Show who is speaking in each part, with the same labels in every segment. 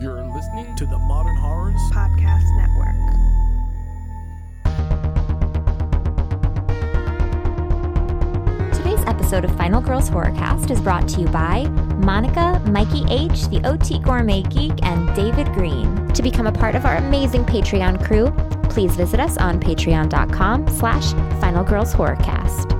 Speaker 1: You're listening
Speaker 2: to the Modern Horrors.
Speaker 3: Podcast Network.
Speaker 4: Today's episode of Final Girls Horrorcast is brought to you by Monica, Mikey H, the OT Gourmet Geek, and David Green. To become a part of our amazing Patreon crew, please visit us on patreon.com slash Final Girls Horrorcast.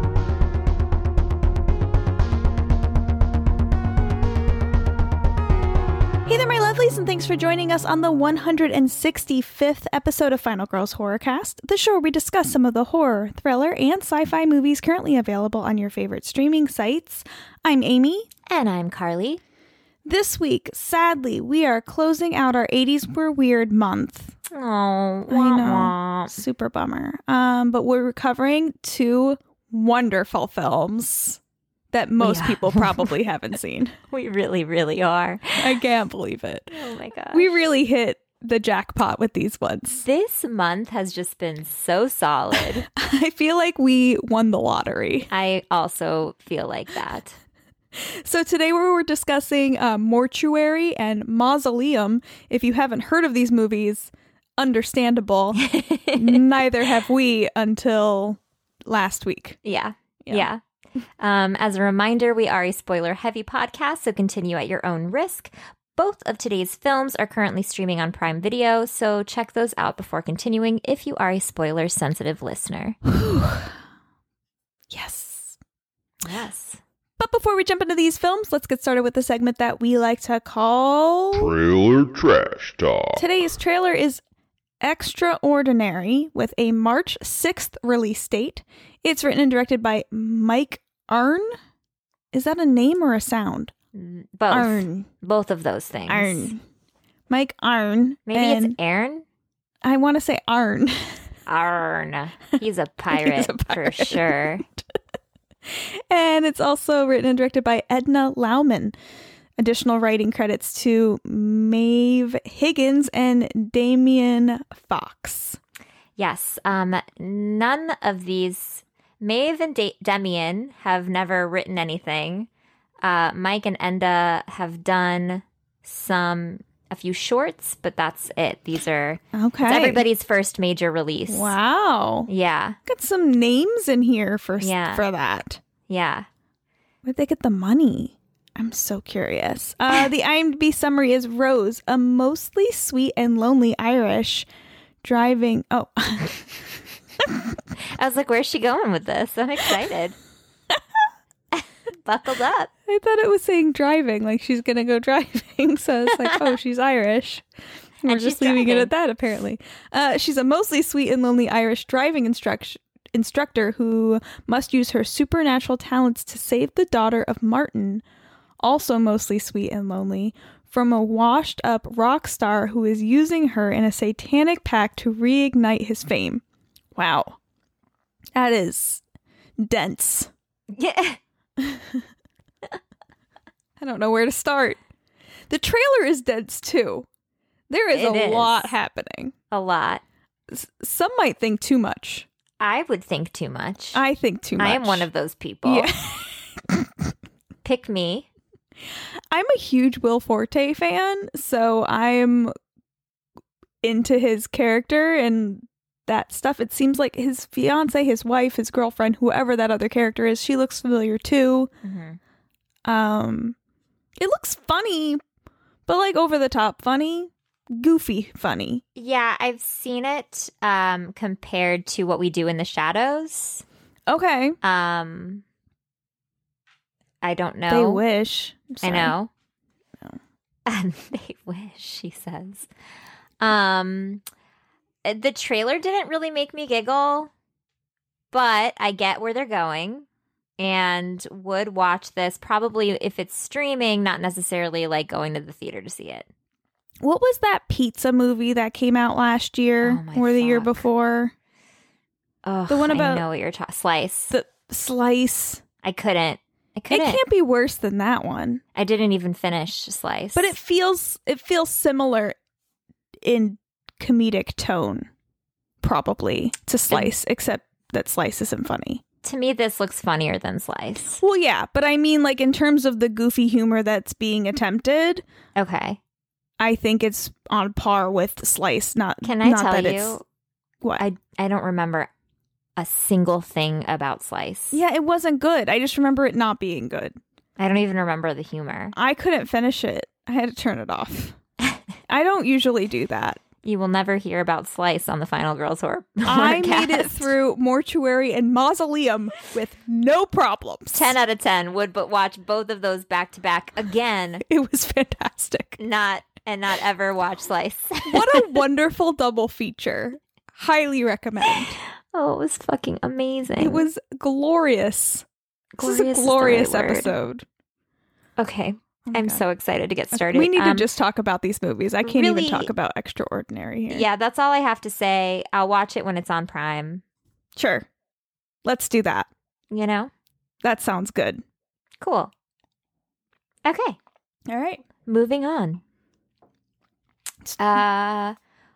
Speaker 3: Hey there, my lovelies, and thanks for joining us on the 165th episode of Final Girls Horrorcast, the show where we discuss some of the horror, thriller, and sci fi movies currently available on your favorite streaming sites. I'm Amy.
Speaker 4: And I'm Carly.
Speaker 3: This week, sadly, we are closing out our 80s Were Weird month.
Speaker 4: Oh,
Speaker 3: I know. Super bummer. Um, but we're covering two wonderful films that most
Speaker 4: Yeah.
Speaker 3: people probably haven't seen.
Speaker 4: We really, really are.
Speaker 3: I can't believe it.
Speaker 4: Oh my god.
Speaker 3: We really hit the jackpot with these ones.
Speaker 4: this month has just been so solid.
Speaker 3: I feel like we won the lottery.
Speaker 4: I also feel like that.
Speaker 3: So today we were discussing uh, Mortuary and Mausoleum. If you haven't heard of these movies, understandable. Neither have we until last week.
Speaker 4: Yeah.
Speaker 3: Yeah.
Speaker 4: Yeah. Um, as a reminder, we are a spoiler heavy podcast, so continue at your own risk. Both of today's films are currently streaming on Prime Video, so check those out before continuing if you are a spoiler sensitive listener.
Speaker 3: Yes.
Speaker 4: Yes.
Speaker 3: But before we jump into these films, let's get started with the segment that we like to call
Speaker 5: Trailer Trash Talk.
Speaker 3: Today's trailer is Extraordinary with a March 6th release date. It's written and directed by Mike Arn. Is that a name or a sound?
Speaker 4: Mm, Both.
Speaker 3: Arn.
Speaker 4: Both of those things.
Speaker 3: Arn. Mike Arn.
Speaker 4: Maybe
Speaker 3: and
Speaker 4: it's Aaron?
Speaker 3: I want to say Arn.
Speaker 4: Arn. He's a pirate,
Speaker 3: pirate.
Speaker 4: for sure.
Speaker 3: and it's also written and directed by Edna Lauman. Additional writing credits to Maeve Higgins and Damien Fox.
Speaker 4: Yes. Um, none of these. Maeve and De- Demian have never written anything. Uh, Mike and Enda have done some, a few shorts, but that's it. These are
Speaker 3: Okay.
Speaker 4: it's everybody's first major release.
Speaker 3: Wow.
Speaker 4: Yeah.
Speaker 3: Got some names in here for s-
Speaker 4: Yeah.
Speaker 3: for that.
Speaker 4: Yeah.
Speaker 3: Where'd they get the money? I'm so curious. Uh, the IMDb summary is Rose, a mostly sweet and lonely Irish, driving. Oh,
Speaker 4: I was like, where's she going with this? I'm excited. Buckled up.
Speaker 3: I thought it was saying driving, like she's gonna go driving. So it's like, oh, she's Irish. We're
Speaker 4: And she's
Speaker 3: just leaving it
Speaker 4: driving.
Speaker 3: at that, apparently. Uh, she's a mostly sweet and lonely Irish driving instruct- instructor who must use her supernatural talents to save the daughter of Martin, also mostly sweet and lonely, from a washed up rock star who is using her in a satanic pact to reignite his fame. Wow. That is dense.
Speaker 4: Yeah.
Speaker 3: I don't know where to start. The trailer is dense too. There is
Speaker 4: It
Speaker 3: a
Speaker 4: is.
Speaker 3: lot happening.
Speaker 4: A lot.
Speaker 3: Some might think too much.
Speaker 4: I would think too much.
Speaker 3: I think too much.
Speaker 4: I am one of those people.
Speaker 3: Yeah.
Speaker 4: Pick me.
Speaker 3: I'm a huge Will Forte fan, so I'm into his character and that stuff. It seems like his fiance, his wife, his girlfriend, whoever that other character is, she looks familiar too.
Speaker 4: hmm
Speaker 3: Um it looks funny, but like over the top funny, goofy funny.
Speaker 4: Yeah, I've seen it um, compared to what we do in the shadows.
Speaker 3: Okay.
Speaker 4: Um, I don't know.
Speaker 3: They wish. I'm
Speaker 4: I
Speaker 3: sorry.
Speaker 4: know. they wish, she says. Um, uh, the trailer didn't really make me giggle, but I get where they're going and would watch this probably if it's streaming, not necessarily like going to the theater to see it.
Speaker 3: What was that pizza movie that came out last
Speaker 4: Oh
Speaker 3: year
Speaker 4: my
Speaker 3: or the year
Speaker 4: fuck.
Speaker 3: before?
Speaker 4: Oh,
Speaker 3: The one about-
Speaker 4: I know what you're talking. Slice.
Speaker 3: The slice.
Speaker 4: I couldn't. I couldn't.
Speaker 3: It can't be worse than that one.
Speaker 4: I didn't even finish Slice.
Speaker 3: But it feels it feels similar in comedic tone, probably to slice, except that slice isn't funny.
Speaker 4: to me, this looks funnier than Slice.
Speaker 3: Well, yeah, but I mean, like in terms of the goofy humor that's being attempted,
Speaker 4: Okay.
Speaker 3: I think it's on par with Slice. Not
Speaker 4: Can I
Speaker 3: not
Speaker 4: tell
Speaker 3: that
Speaker 4: you?
Speaker 3: It's, what?
Speaker 4: I I don't remember a single thing about Slice.
Speaker 3: yeah, it wasn't good. I just remember it not being good.
Speaker 4: I don't even remember the humor.
Speaker 3: I couldn't finish it. I had to turn it off. I don't usually do that.
Speaker 4: You will never hear about Slice on the Final Girls Horror.
Speaker 3: I made it
Speaker 4: Horrorcast.
Speaker 3: through mortuary and mausoleum with no problems.
Speaker 4: 10 out of 10 would but watch both of those back to back again,
Speaker 3: It was fantastic.
Speaker 4: not and not ever watch Slice.
Speaker 3: What a wonderful double feature. Highly recommend.
Speaker 4: oh, it was fucking amazing.
Speaker 3: It was glorious. this
Speaker 4: Glorious
Speaker 3: is a
Speaker 4: is the
Speaker 3: glorious
Speaker 4: right word.
Speaker 3: episode.
Speaker 4: Okay.
Speaker 3: Oh my
Speaker 4: I'm
Speaker 3: God.
Speaker 4: so excited to get started.
Speaker 3: We need
Speaker 4: Um,
Speaker 3: to just talk about these movies. I can't
Speaker 4: really-
Speaker 3: even talk about extraordinary here.
Speaker 4: Yeah, that's all I have to say. I'll watch it when it's on Prime,
Speaker 3: Sure. Let's do that.
Speaker 4: you know?
Speaker 3: That sounds good.
Speaker 4: Cool. Okay.
Speaker 3: All right.
Speaker 4: moving on. Uh,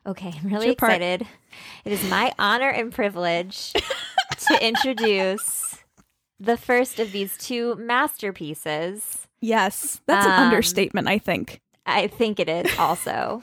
Speaker 4: okay, I'm really
Speaker 3: your part.
Speaker 4: excited. It is my honor and privilege to introduce the first of these two masterpieces.
Speaker 3: Yes. That's an
Speaker 4: Um,
Speaker 3: understatement, I think.
Speaker 4: I think it is also.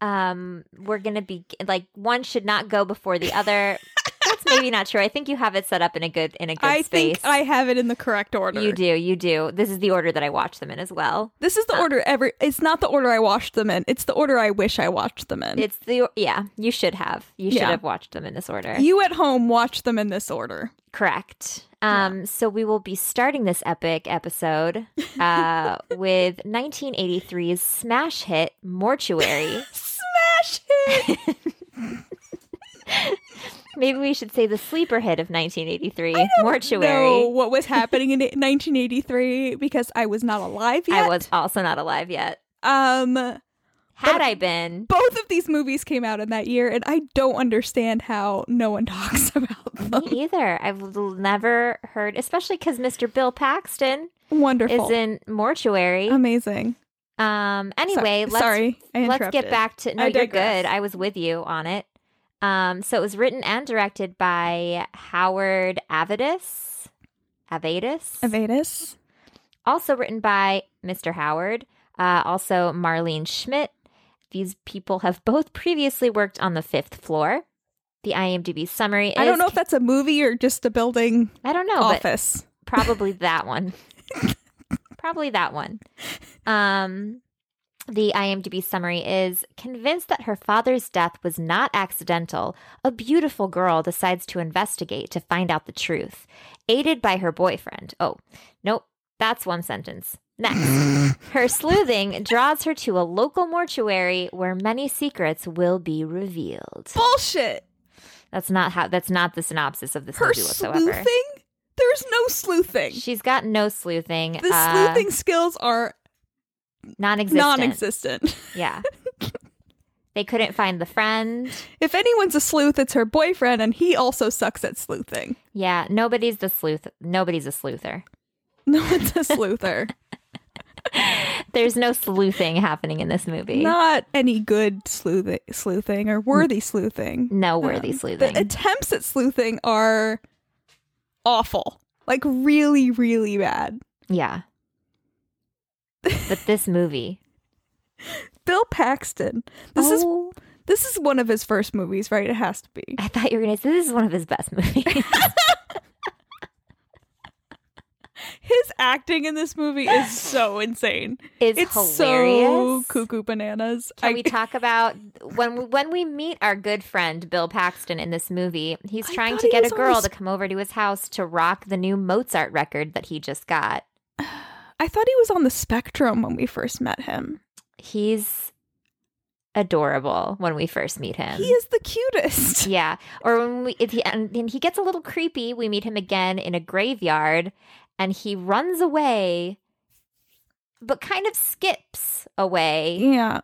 Speaker 4: um, we're gonna be like one should not go before the other. That's maybe not true. I think you have it set up in a good in a good
Speaker 3: I
Speaker 4: space.
Speaker 3: think I have it in the correct order.
Speaker 4: you do, you do. This is the order that I watch them in as well.
Speaker 3: This is the order every it's not the order I watched them in. It's the order I wish I watched them in.
Speaker 4: It's the yeah. You should have. You should
Speaker 3: Yeah.
Speaker 4: have watched them in this order.
Speaker 3: you at home watch them in this order.
Speaker 4: Correct. Um, So we will be starting this epic episode uh, with 1983's smash hit Mortuary.
Speaker 3: Smash it.
Speaker 4: Maybe we should say the sleeper hit of 1983, Mortuary.
Speaker 3: know what was happening in 1983 because I was not alive yet.
Speaker 4: I was also not alive yet.
Speaker 3: Um
Speaker 4: Had I been,
Speaker 3: both of these movies came out in that year and I don't understand how no one talks about them.
Speaker 4: me either. I've l- never heard, especially because Mr. Bill Paxton
Speaker 3: Wonderful.
Speaker 4: is in Mortuary. Um,
Speaker 3: Amazing. So-
Speaker 4: anyway, let's
Speaker 3: sorry, I
Speaker 4: let's get
Speaker 3: interrupted.
Speaker 4: back to no
Speaker 3: I
Speaker 4: you're
Speaker 3: digress.
Speaker 4: good i was with you on it um so it was written and directed by howard avidus avidus
Speaker 3: Evadus.
Speaker 4: also written by mr howard uh, also marlene schmidt these people have both previously worked on the fifth floor the imdb summary is,
Speaker 3: I don't know if that's a movie or just a building
Speaker 4: i don't know but
Speaker 3: office.
Speaker 4: probably that one probably that one um the imdb summary is convinced that her father's death was not accidental a beautiful girl decides to investigate to find out the truth aided by her boyfriend oh nope that's one sentence next her sleuthing draws her to a local mortuary where many secrets will be revealed
Speaker 3: Bullshit.
Speaker 4: that's not how that's not the synopsis of this
Speaker 3: Her
Speaker 4: movie whatsoever
Speaker 3: sleuthing? There's no sleuthing.
Speaker 4: She's got no sleuthing.
Speaker 3: The
Speaker 4: uh,
Speaker 3: sleuthing skills are
Speaker 4: non-existent.
Speaker 3: non-existent.
Speaker 4: Yeah. they couldn't find the friend.
Speaker 3: If anyone's a sleuth, it's her boyfriend, and he also sucks at sleuthing.
Speaker 4: Yeah, nobody's the sleuth. Nobody's a sleuther.
Speaker 3: No one's a sleuther.
Speaker 4: There's no sleuthing happening in this movie.
Speaker 3: Not any good sleuthing, sleuthing or worthy sleuthing.
Speaker 4: Mm.
Speaker 3: Um,
Speaker 4: No worthy sleuthing.
Speaker 3: The attempts at sleuthing are awful. Like really, really bad.
Speaker 4: yeah. but this movie.
Speaker 3: Bill Paxton. This is
Speaker 4: oh,
Speaker 3: this is one of his first movies, right? It has to be.
Speaker 4: I thought you were gonna say this is one of his best movies.
Speaker 3: His acting in this movie is so insane.
Speaker 4: It's,
Speaker 3: It's so
Speaker 4: hilarious.
Speaker 3: cuckoo bananas.
Speaker 4: Can
Speaker 3: I-
Speaker 4: we talk about when we, when we meet our good friend Bill Paxton in this movie? He's
Speaker 3: I
Speaker 4: trying
Speaker 3: thought
Speaker 4: to
Speaker 3: he
Speaker 4: get a
Speaker 3: was on
Speaker 4: girl
Speaker 3: his-
Speaker 4: to come over to his house to rock the new Mozart record that he just got.
Speaker 3: I thought he was on the spectrum when we first met him.
Speaker 4: He's adorable when we first meet him.
Speaker 3: He is the cutest.
Speaker 4: yeah, or when we if he and, and he gets a little creepy, we meet him again in a graveyard, and he runs away, but kind of skips away
Speaker 3: Yeah.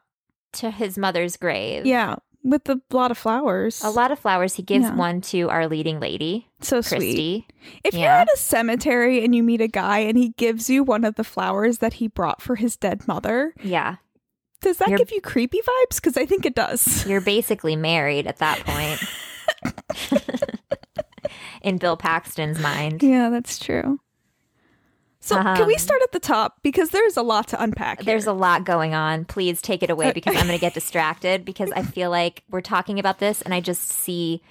Speaker 4: to his mother's grave.
Speaker 3: Yeah. With a lot of flowers.
Speaker 4: A lot of flowers. He gives
Speaker 3: Yeah.
Speaker 4: one to our leading lady,
Speaker 3: So sweet.
Speaker 4: Christy.
Speaker 3: If you're
Speaker 4: Yeah.
Speaker 3: at a cemetery and you meet a guy and he gives you one of the flowers that he brought for his dead mother,
Speaker 4: Yeah.
Speaker 3: does that
Speaker 4: You're-
Speaker 3: give you creepy vibes? Because I think it does.
Speaker 4: You're basically married at that point. In Bill Paxton's mind.
Speaker 3: Yeah, that's true. So can we start at the top because there's a lot to unpack. here.
Speaker 4: Um, There's a lot going on. Please take it away because I'm going to get distracted because I feel like we're talking about this and I just see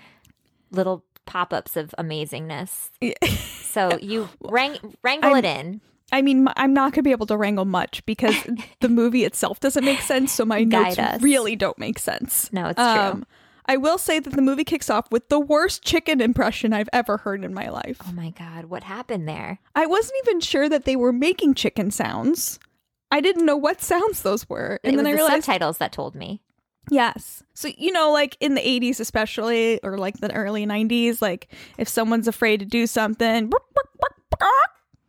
Speaker 4: little pop ups of amazingness. So you wrang- wrangle it in.
Speaker 3: I mean, m- I'm not going to be able to wrangle much because the movie itself doesn't make sense, so my
Speaker 4: Guide
Speaker 3: notes
Speaker 4: us.
Speaker 3: really don't make sense. Um,
Speaker 4: No, it's true.
Speaker 3: I will say that the movie kicks off with the worst chicken impression I've ever heard in my life.
Speaker 4: Oh my God, what happened there?
Speaker 3: I wasn't even sure that they were making chicken sounds. I didn't know what sounds those were. And
Speaker 4: it
Speaker 3: then
Speaker 4: was
Speaker 3: I
Speaker 4: the
Speaker 3: realized
Speaker 4: subtitles that told me.
Speaker 3: Yes. So, you know, like in the 80s, especially, or like the early 90s, like if someone's afraid to do something,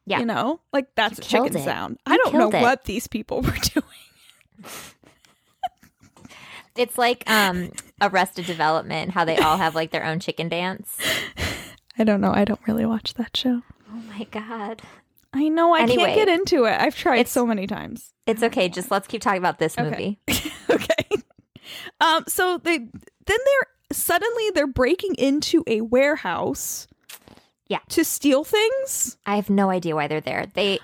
Speaker 4: Yeah.
Speaker 3: you know, like that's a
Speaker 4: killed
Speaker 3: chicken
Speaker 4: it.
Speaker 3: sound.
Speaker 4: You
Speaker 3: I don't know
Speaker 4: killed it.
Speaker 3: what these people were doing.
Speaker 4: It's like um, Arrested Development, how they all have like their own chicken dance.
Speaker 3: I don't know. I don't really watch that show.
Speaker 4: Oh my God.
Speaker 3: I know. I
Speaker 4: Anyway.
Speaker 3: can't get into it. I've tried so many times.
Speaker 4: It's okay. Just let's keep talking about this movie.
Speaker 3: okay. Um. So they then they're suddenly they're breaking into a warehouse.
Speaker 4: Yeah.
Speaker 3: To steal things.
Speaker 4: I have no idea why they're there. They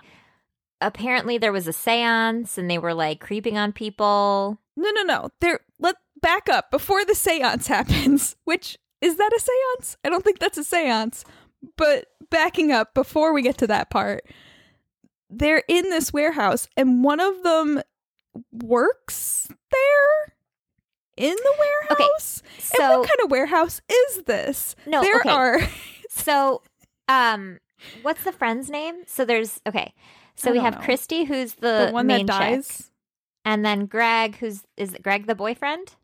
Speaker 4: apparently there was a séance and they were like creeping on people.
Speaker 3: No, no, no. They're let back up before the séance happens, which is that a séance? I don't think that's a séance. But backing up before we get to that part, they're in this warehouse and one of them works there in the
Speaker 4: Okay,
Speaker 3: warehouse. and
Speaker 4: So
Speaker 3: what kind of warehouse is this?
Speaker 4: No,
Speaker 3: there
Speaker 4: okay.
Speaker 3: are
Speaker 4: so um what's the friend's name? So there's okay. So
Speaker 3: I
Speaker 4: we
Speaker 3: don't
Speaker 4: have
Speaker 3: know.
Speaker 4: Christy who's the,
Speaker 3: the one
Speaker 4: main
Speaker 3: that
Speaker 4: chick,
Speaker 3: dies.
Speaker 4: and then Greg who's is it Greg the boyfriend?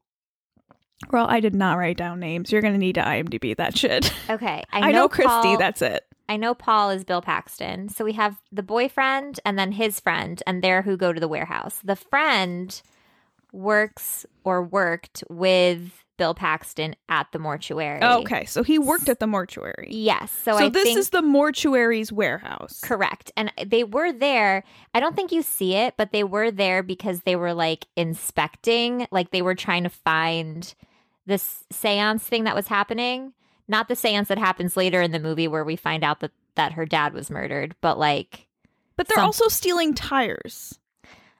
Speaker 3: Well, I did not write down names. You're gonna need to IMDb that shit.
Speaker 4: Okay.
Speaker 3: I, know, Christy.
Speaker 4: Paul-
Speaker 3: That's it.
Speaker 4: I know Paul is Bill Paxton. So we have the boyfriend and then his friend, and they're who go to the warehouse. The friend works or worked with Bill Paxton at the mortuary.
Speaker 3: okay, so he worked at the mortuary.
Speaker 4: Yes. So,
Speaker 3: So,
Speaker 4: I
Speaker 3: this
Speaker 4: think
Speaker 3: is the mortuary's warehouse.
Speaker 4: correct. And they were there. I don't think you see it, but they were there because they were like inspecting, like they were trying to find this seance thing that was happening. Not the seance that happens later in the movie where we find out that, that her dad was murdered, but like
Speaker 3: But they're
Speaker 4: Some-
Speaker 3: also stealing tires.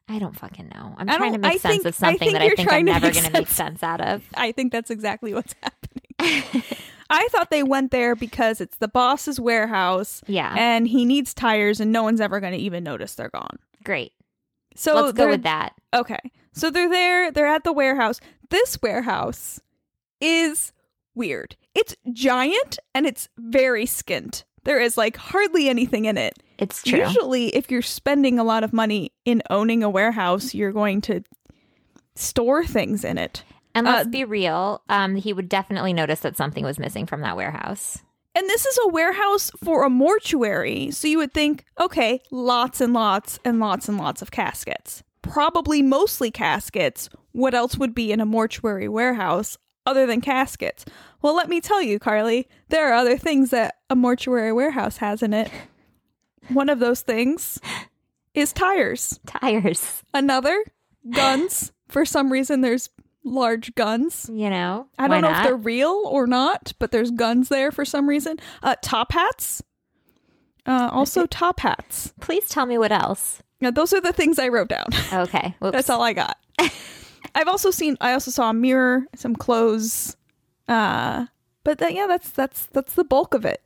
Speaker 4: I don't fucking know. I'm
Speaker 3: I
Speaker 4: trying to
Speaker 3: don't-
Speaker 4: make
Speaker 3: I
Speaker 4: sense
Speaker 3: think-
Speaker 4: of
Speaker 3: I
Speaker 4: something
Speaker 3: think
Speaker 4: that I
Speaker 3: you're
Speaker 4: think I'm
Speaker 3: trying to
Speaker 4: never
Speaker 3: make
Speaker 4: going to make
Speaker 3: sense.
Speaker 4: sense out of.
Speaker 3: I think that's exactly what's happening. I thought they went there because it's the boss's warehouse
Speaker 4: Yeah,
Speaker 3: and he needs tires and no one's ever going to even notice they're gone.
Speaker 4: great.
Speaker 3: So
Speaker 4: Let's go
Speaker 3: they're-
Speaker 4: with that.
Speaker 3: Okay. So they're there, they're at the warehouse. This warehouse is weird. It's giant and it's very skint. There is like hardly anything in it.
Speaker 4: It's true.
Speaker 3: Usually, if you're spending a lot of money in owning a warehouse, you're going to store things in it.
Speaker 4: and let's
Speaker 3: uh,
Speaker 4: be real. Um, he would definitely notice that something was missing from that warehouse.
Speaker 3: And this is a warehouse for a mortuary. So you would think, okay, lots and lots and lots and lots of caskets. Probably mostly caskets. What else would be in a mortuary warehouse other than caskets? Well, let me tell you, Carly, there are other things that a mortuary warehouse has in it. One of those things is tires.
Speaker 4: Tires,
Speaker 3: Another, guns. For some reason, there's large guns.
Speaker 4: you know.
Speaker 3: I
Speaker 4: Why
Speaker 3: don't know
Speaker 4: not?
Speaker 3: if they're real or not, but there's guns there for some reason. Uh, top hats. Uh, also, top hats.
Speaker 4: Please tell me what else.
Speaker 3: Now, those are the things I wrote down.
Speaker 4: Okay, Whoops.
Speaker 3: That's all I got. I've also seen. I also saw a mirror, some clothes. Uh, but that, yeah, that's that's that's the bulk of it.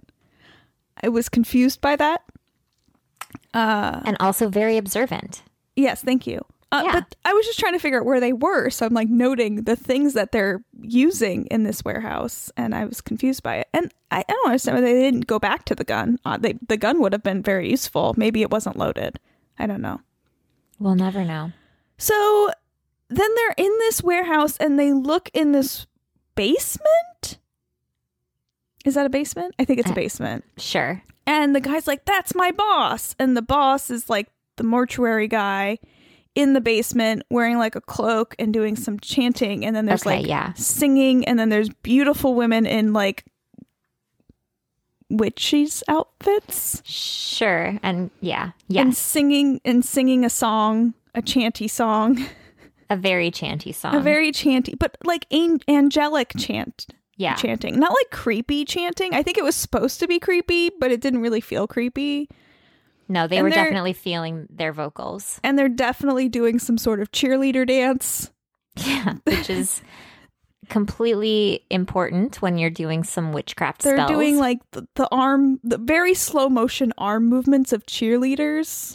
Speaker 3: I was confused by that.
Speaker 4: and also very observant.
Speaker 3: Yes, thank you. Uh,
Speaker 4: Yeah.
Speaker 3: But I was just trying to figure out where they were, so I'm like noting the things that they're using in this warehouse, and I was confused by it. And I, I don't understand why they didn't go back to the gun. Uh, they, the gun would have been very useful. Maybe it wasn't loaded. I don't know.
Speaker 4: We'll never know.
Speaker 3: So then they're in this warehouse, and they look in this basement. Is that a basement? I think it's a
Speaker 4: I-
Speaker 3: basement.
Speaker 4: Sure.
Speaker 3: And the guy's like, that's my boss. And the boss is like the mortuary guy in the basement wearing like a cloak and doing some chanting. And then there's
Speaker 4: okay.
Speaker 3: like
Speaker 4: yeah.
Speaker 3: singing. And then there's beautiful women in like witches outfits
Speaker 4: Sure. And yeah. Yes.
Speaker 3: and singing and singing a song, a chanty song,
Speaker 4: a very chanty song.
Speaker 3: a very chanty, but like an- angelic chant.
Speaker 4: yeah.
Speaker 3: Chanting, not like creepy chanting. I think it was supposed to be creepy, but it didn't really feel creepy.
Speaker 4: No, they
Speaker 3: And
Speaker 4: were
Speaker 3: they're-
Speaker 4: definitely feeling their vocals.
Speaker 3: And they're definitely doing some sort of cheerleader dance.
Speaker 4: Yeah, which is completely important when you're doing some witchcraft
Speaker 3: They're
Speaker 4: spells.
Speaker 3: doing like the, the arm, the very slow motion arm movements of cheerleaders.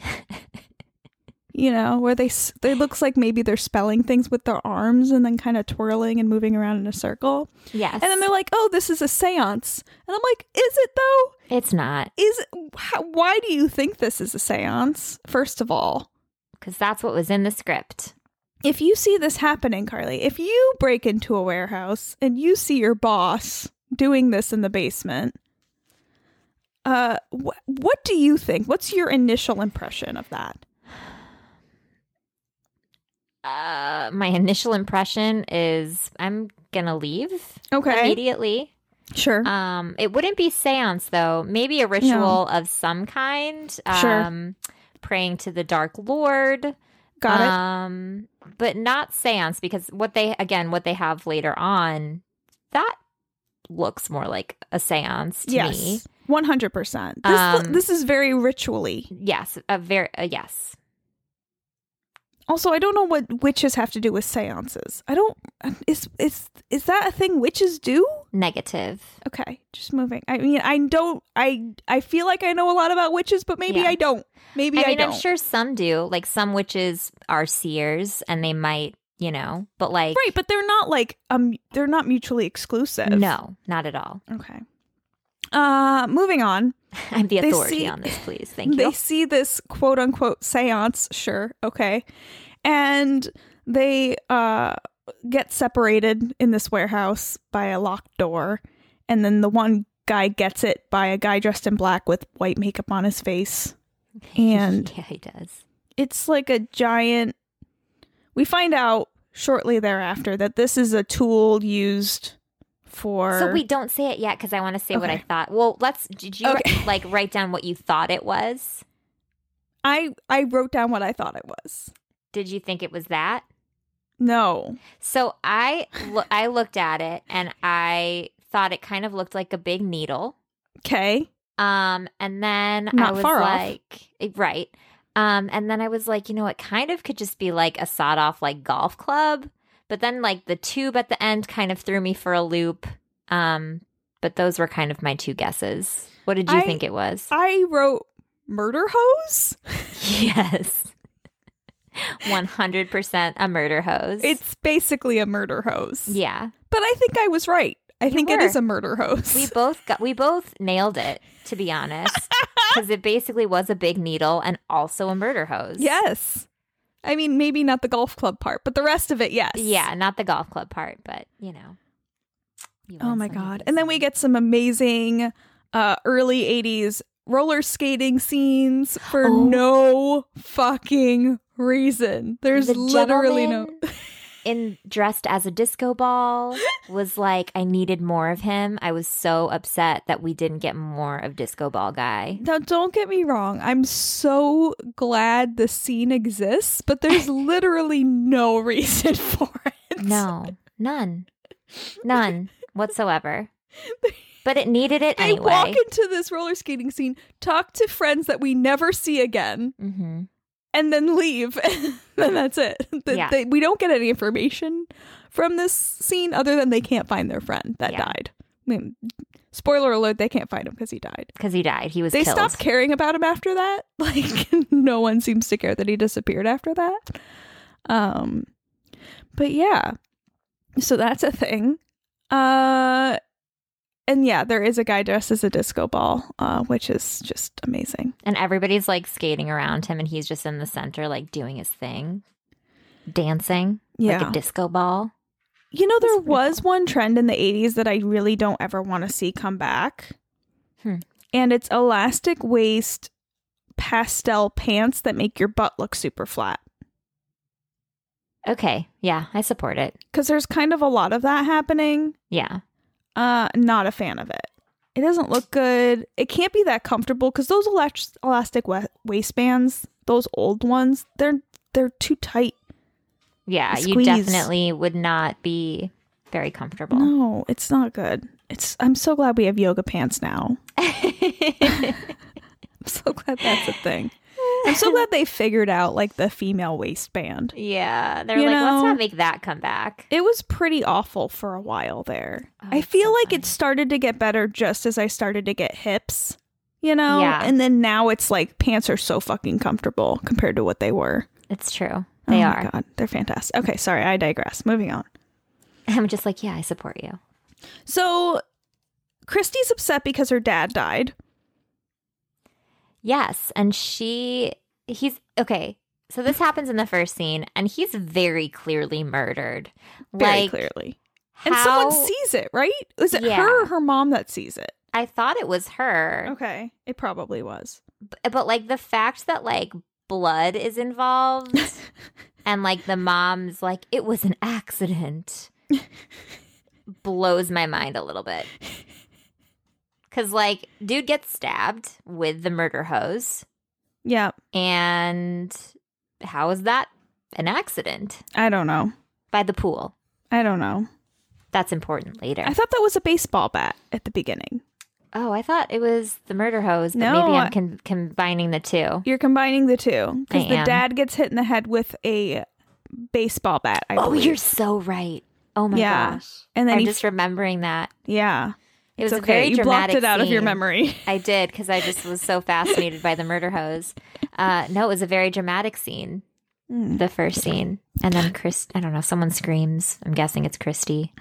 Speaker 3: you know, where they s- they looks like maybe they're spelling things with their arms and then kind of twirling and moving around in a circle.
Speaker 4: yes,
Speaker 3: And then they're like, "Oh, this is a séance." And I'm like, "Is it though?
Speaker 4: it's not
Speaker 3: Is how, why do you think this is a séance? First of all,
Speaker 4: because that's what was in the script.
Speaker 3: if you see this happening, Carly, if you break into a warehouse and you see your boss doing this in the basement, uh, wh- what do you think? What's your initial impression of that?
Speaker 4: Uh, my initial impression is I'm gonna leave
Speaker 3: Okay,
Speaker 4: immediately.
Speaker 3: sure.
Speaker 4: Um, it wouldn't be seance though. Maybe a ritual of some kind.
Speaker 3: Sure.
Speaker 4: Um, praying to the Dark Lord.
Speaker 3: Got it.
Speaker 4: Um, but not seance because what they again what they have later on that looks more like a seance to me.
Speaker 3: Yes, one hundred percent. This
Speaker 4: Um,
Speaker 3: this is very ritually.
Speaker 4: Yes, a very a yes.
Speaker 3: Also, I don't know what witches have to do with seances. I don't. Is is is that a thing witches do?
Speaker 4: Negative.
Speaker 3: Okay, just moving. I mean, I don't. I I feel like I know a lot about witches, but maybe
Speaker 4: Yeah.
Speaker 3: I don't. Maybe I,
Speaker 4: I mean,
Speaker 3: don't.
Speaker 4: I'm sure some do. Like some witches are seers and they might, you know, but like
Speaker 3: Right, but they're not like um. They're not mutually exclusive.
Speaker 4: no, not at all.
Speaker 3: Okay. Uh, moving on.
Speaker 4: I'm the
Speaker 3: They
Speaker 4: authority
Speaker 3: see-
Speaker 4: on this, please. Thank
Speaker 3: they
Speaker 4: you.
Speaker 3: see this quote unquote séance. Sure. Okay. And they uh get separated in this warehouse by a locked door, and then the one guy gets it by a guy dressed in black with white makeup on his face, and
Speaker 4: yeah, he does.
Speaker 3: it's like a giant we find out shortly thereafter that this is a tool used for
Speaker 4: So we don't say it yet because I want to say what I
Speaker 3: Okay.
Speaker 4: thought. Well, let's. Did you
Speaker 3: Okay.
Speaker 4: like write down what you thought it was?
Speaker 3: i i wrote down what i thought it was
Speaker 4: Did you think it was that?
Speaker 3: no
Speaker 4: So I lo- I looked at it and I thought it kind of looked like a big needle.
Speaker 3: okay
Speaker 4: Um, and then I
Speaker 3: Not
Speaker 4: was
Speaker 3: far off.
Speaker 4: like, eh, right. Um, and then I was like, you know, it kind of could just be like a sawed off like golf club. But then like the tube at the end kind of threw me for a loop. Um, but those were kind of my two guesses. What did you
Speaker 3: I-
Speaker 4: think it was?
Speaker 3: i wrote murder hose
Speaker 4: Yes. 100% a murder hose.
Speaker 3: it's basically a murder hose
Speaker 4: yeah.
Speaker 3: but i think i was right i think it
Speaker 4: were.
Speaker 3: is a murder hose
Speaker 4: We both got we both nailed it to be honest cuz it basically was a big needle and also a murder hose.
Speaker 3: yes i mean maybe not the golf club part but the rest of it yes
Speaker 4: Yeah, not the golf club part, but you know. You
Speaker 3: Oh
Speaker 4: win
Speaker 3: my
Speaker 4: some, you
Speaker 3: god.
Speaker 4: lose
Speaker 3: And then
Speaker 4: some.
Speaker 3: we get some amazing uh early 80s roller skating scenes for
Speaker 4: Oh.
Speaker 3: no fucking reason. There's
Speaker 4: The
Speaker 3: literally no
Speaker 4: gentleman in dressed as a disco ball was like I needed more of him. I was so upset that we didn't get more of disco ball guy.
Speaker 3: Now don't get me wrong. I'm so glad the scene exists, but there's literally no reason for it.
Speaker 4: No, none. None whatsoever. But it needed it
Speaker 3: They
Speaker 4: anyway.
Speaker 3: walk into this roller skating scene, talk to friends that we never see again,
Speaker 4: mm-hmm.
Speaker 3: and then leave. and that's it. The-
Speaker 4: Yeah.
Speaker 3: they- we don't get any information from this scene other than they can't find their friend that
Speaker 4: Yeah.
Speaker 3: died. I mean, spoiler alert, they can't find him because he died.
Speaker 4: Because he died. He was
Speaker 3: They
Speaker 4: killed.
Speaker 3: stopped caring about him after that. Like, no one seems to care that he disappeared after that. Um, but yeah, so that's a thing. Uh, and yeah, there is a guy dressed as a disco ball, uh, which is just amazing.
Speaker 4: and everybody's like skating around him, and he's just in the center, like doing his thing, dancing like
Speaker 3: Yeah.
Speaker 4: a disco ball.
Speaker 3: You know, there
Speaker 4: pretty
Speaker 3: was one trend in the 80s that I really don't ever want to see come back.
Speaker 4: Hmm.
Speaker 3: And it's elastic waist pastel pants that make your butt look super flat.
Speaker 4: Okay. Yeah. I support it.
Speaker 3: Because there's kind of a lot of that happening.
Speaker 4: Yeah.
Speaker 3: Uh, not a fan of it. It doesn't look good. It can't be that comfortable because those elas- elastic wa- waistbands, those old ones, they're they're too tight.
Speaker 4: Yeah. You
Speaker 3: Squeeze.
Speaker 4: definitely would not be very comfortable.
Speaker 3: No, it's not good. It's. I'm so glad we have yoga pants now. I'm so glad that's a thing. I'm so glad they figured out like the female waistband.
Speaker 4: Yeah, they're
Speaker 3: You
Speaker 4: like, let's
Speaker 3: know-
Speaker 4: not make that come back.
Speaker 3: It was pretty awful for a while there.
Speaker 4: Oh,
Speaker 3: I
Speaker 4: that's
Speaker 3: feel
Speaker 4: so
Speaker 3: like
Speaker 4: funny.
Speaker 3: it started to get better just as I started to get hips, you know?
Speaker 4: Yeah.
Speaker 3: And then now it's like pants are so fucking comfortable compared to what they were.
Speaker 4: It's true.
Speaker 3: Oh
Speaker 4: They
Speaker 3: my
Speaker 4: are.
Speaker 3: God, they're fantastic. Okay, sorry, I digress. Moving on.
Speaker 4: I'm just like, yeah, I support you.
Speaker 3: So Christy's upset because her dad died.
Speaker 4: Yes, and she he's okay. So this happens in the first scene and he's very clearly murdered.
Speaker 3: Very
Speaker 4: like
Speaker 3: clearly.
Speaker 4: How,
Speaker 3: And someone sees it, right? Is it
Speaker 4: Yeah.
Speaker 3: her or her mom that sees it?
Speaker 4: I thought it was her.
Speaker 3: Okay. It probably was.
Speaker 4: B- But like the fact that like blood is involved and like the mom's like it was an accident blows my mind a little bit. Cuz like dude gets stabbed with the murder hose
Speaker 3: Yeah.
Speaker 4: and how is that an accident
Speaker 3: I don't know.
Speaker 4: by the pool?
Speaker 3: I don't know.
Speaker 4: That's important later.
Speaker 3: I thought that was a baseball bat at the beginning.
Speaker 4: oh, I thought it was the murder hose, but
Speaker 3: No,
Speaker 4: maybe
Speaker 3: I-
Speaker 4: I'm con- combining the two.
Speaker 3: You're combining the two
Speaker 4: I
Speaker 3: because the
Speaker 4: am.
Speaker 3: dad gets hit in the head with a baseball bat. I
Speaker 4: Oh,
Speaker 3: believe.
Speaker 4: you're so right. Oh my
Speaker 3: Yeah.
Speaker 4: gosh.
Speaker 3: And then
Speaker 4: I'm
Speaker 3: he-
Speaker 4: just remembering that.
Speaker 3: yeah.
Speaker 4: It was
Speaker 3: it's
Speaker 4: a
Speaker 3: okay.
Speaker 4: very
Speaker 3: you blocked
Speaker 4: dramatic
Speaker 3: it out of your
Speaker 4: scene.
Speaker 3: memory.
Speaker 4: I did because I just was so fascinated by the murder hose. Uh, no, it was a very dramatic scene,
Speaker 3: Mm.
Speaker 4: the first scene. And then Chris, I don't know, someone screams. I'm guessing it's Christy.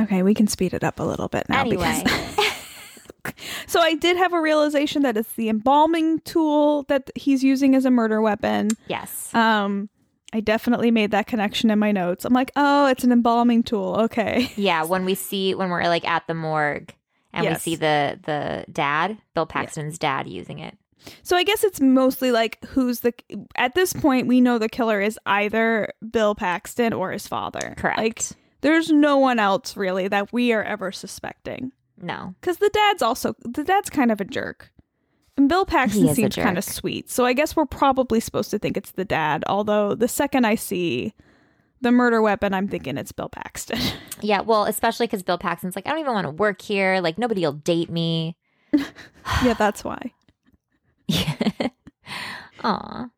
Speaker 3: Okay, we can speed it up a little bit now.
Speaker 4: Anyway,
Speaker 3: Because, so I did have a realization that it's the embalming tool that he's using as a murder weapon.
Speaker 4: yes.
Speaker 3: Um, I definitely made that connection in my notes. I'm like, oh, it's an embalming tool. Okay.
Speaker 4: Yeah, when we see when we're like at the morgue and
Speaker 3: Yes.
Speaker 4: we see the the dad, Bill Paxton's dad using it.
Speaker 3: So I guess it's mostly like who's the at this point we know the killer is either Bill Paxton or his father.
Speaker 4: Correct.
Speaker 3: Like there's no one else really that we are ever suspecting
Speaker 4: No.
Speaker 3: cuz the dad's also the dad's kind of a jerk. And Bill
Speaker 4: He
Speaker 3: Paxton
Speaker 4: is a
Speaker 3: seems kind
Speaker 4: jerk.
Speaker 3: of sweet. So I guess we're probably supposed to think it's the dad, although the second I see the murder weapon, I'm thinking it's Bill Paxton.
Speaker 4: Yeah, well, especially because Bill Paxton's like, I don't even want to work here. Like, nobody will date me.
Speaker 3: yeah, that's why.
Speaker 4: Aw. Um,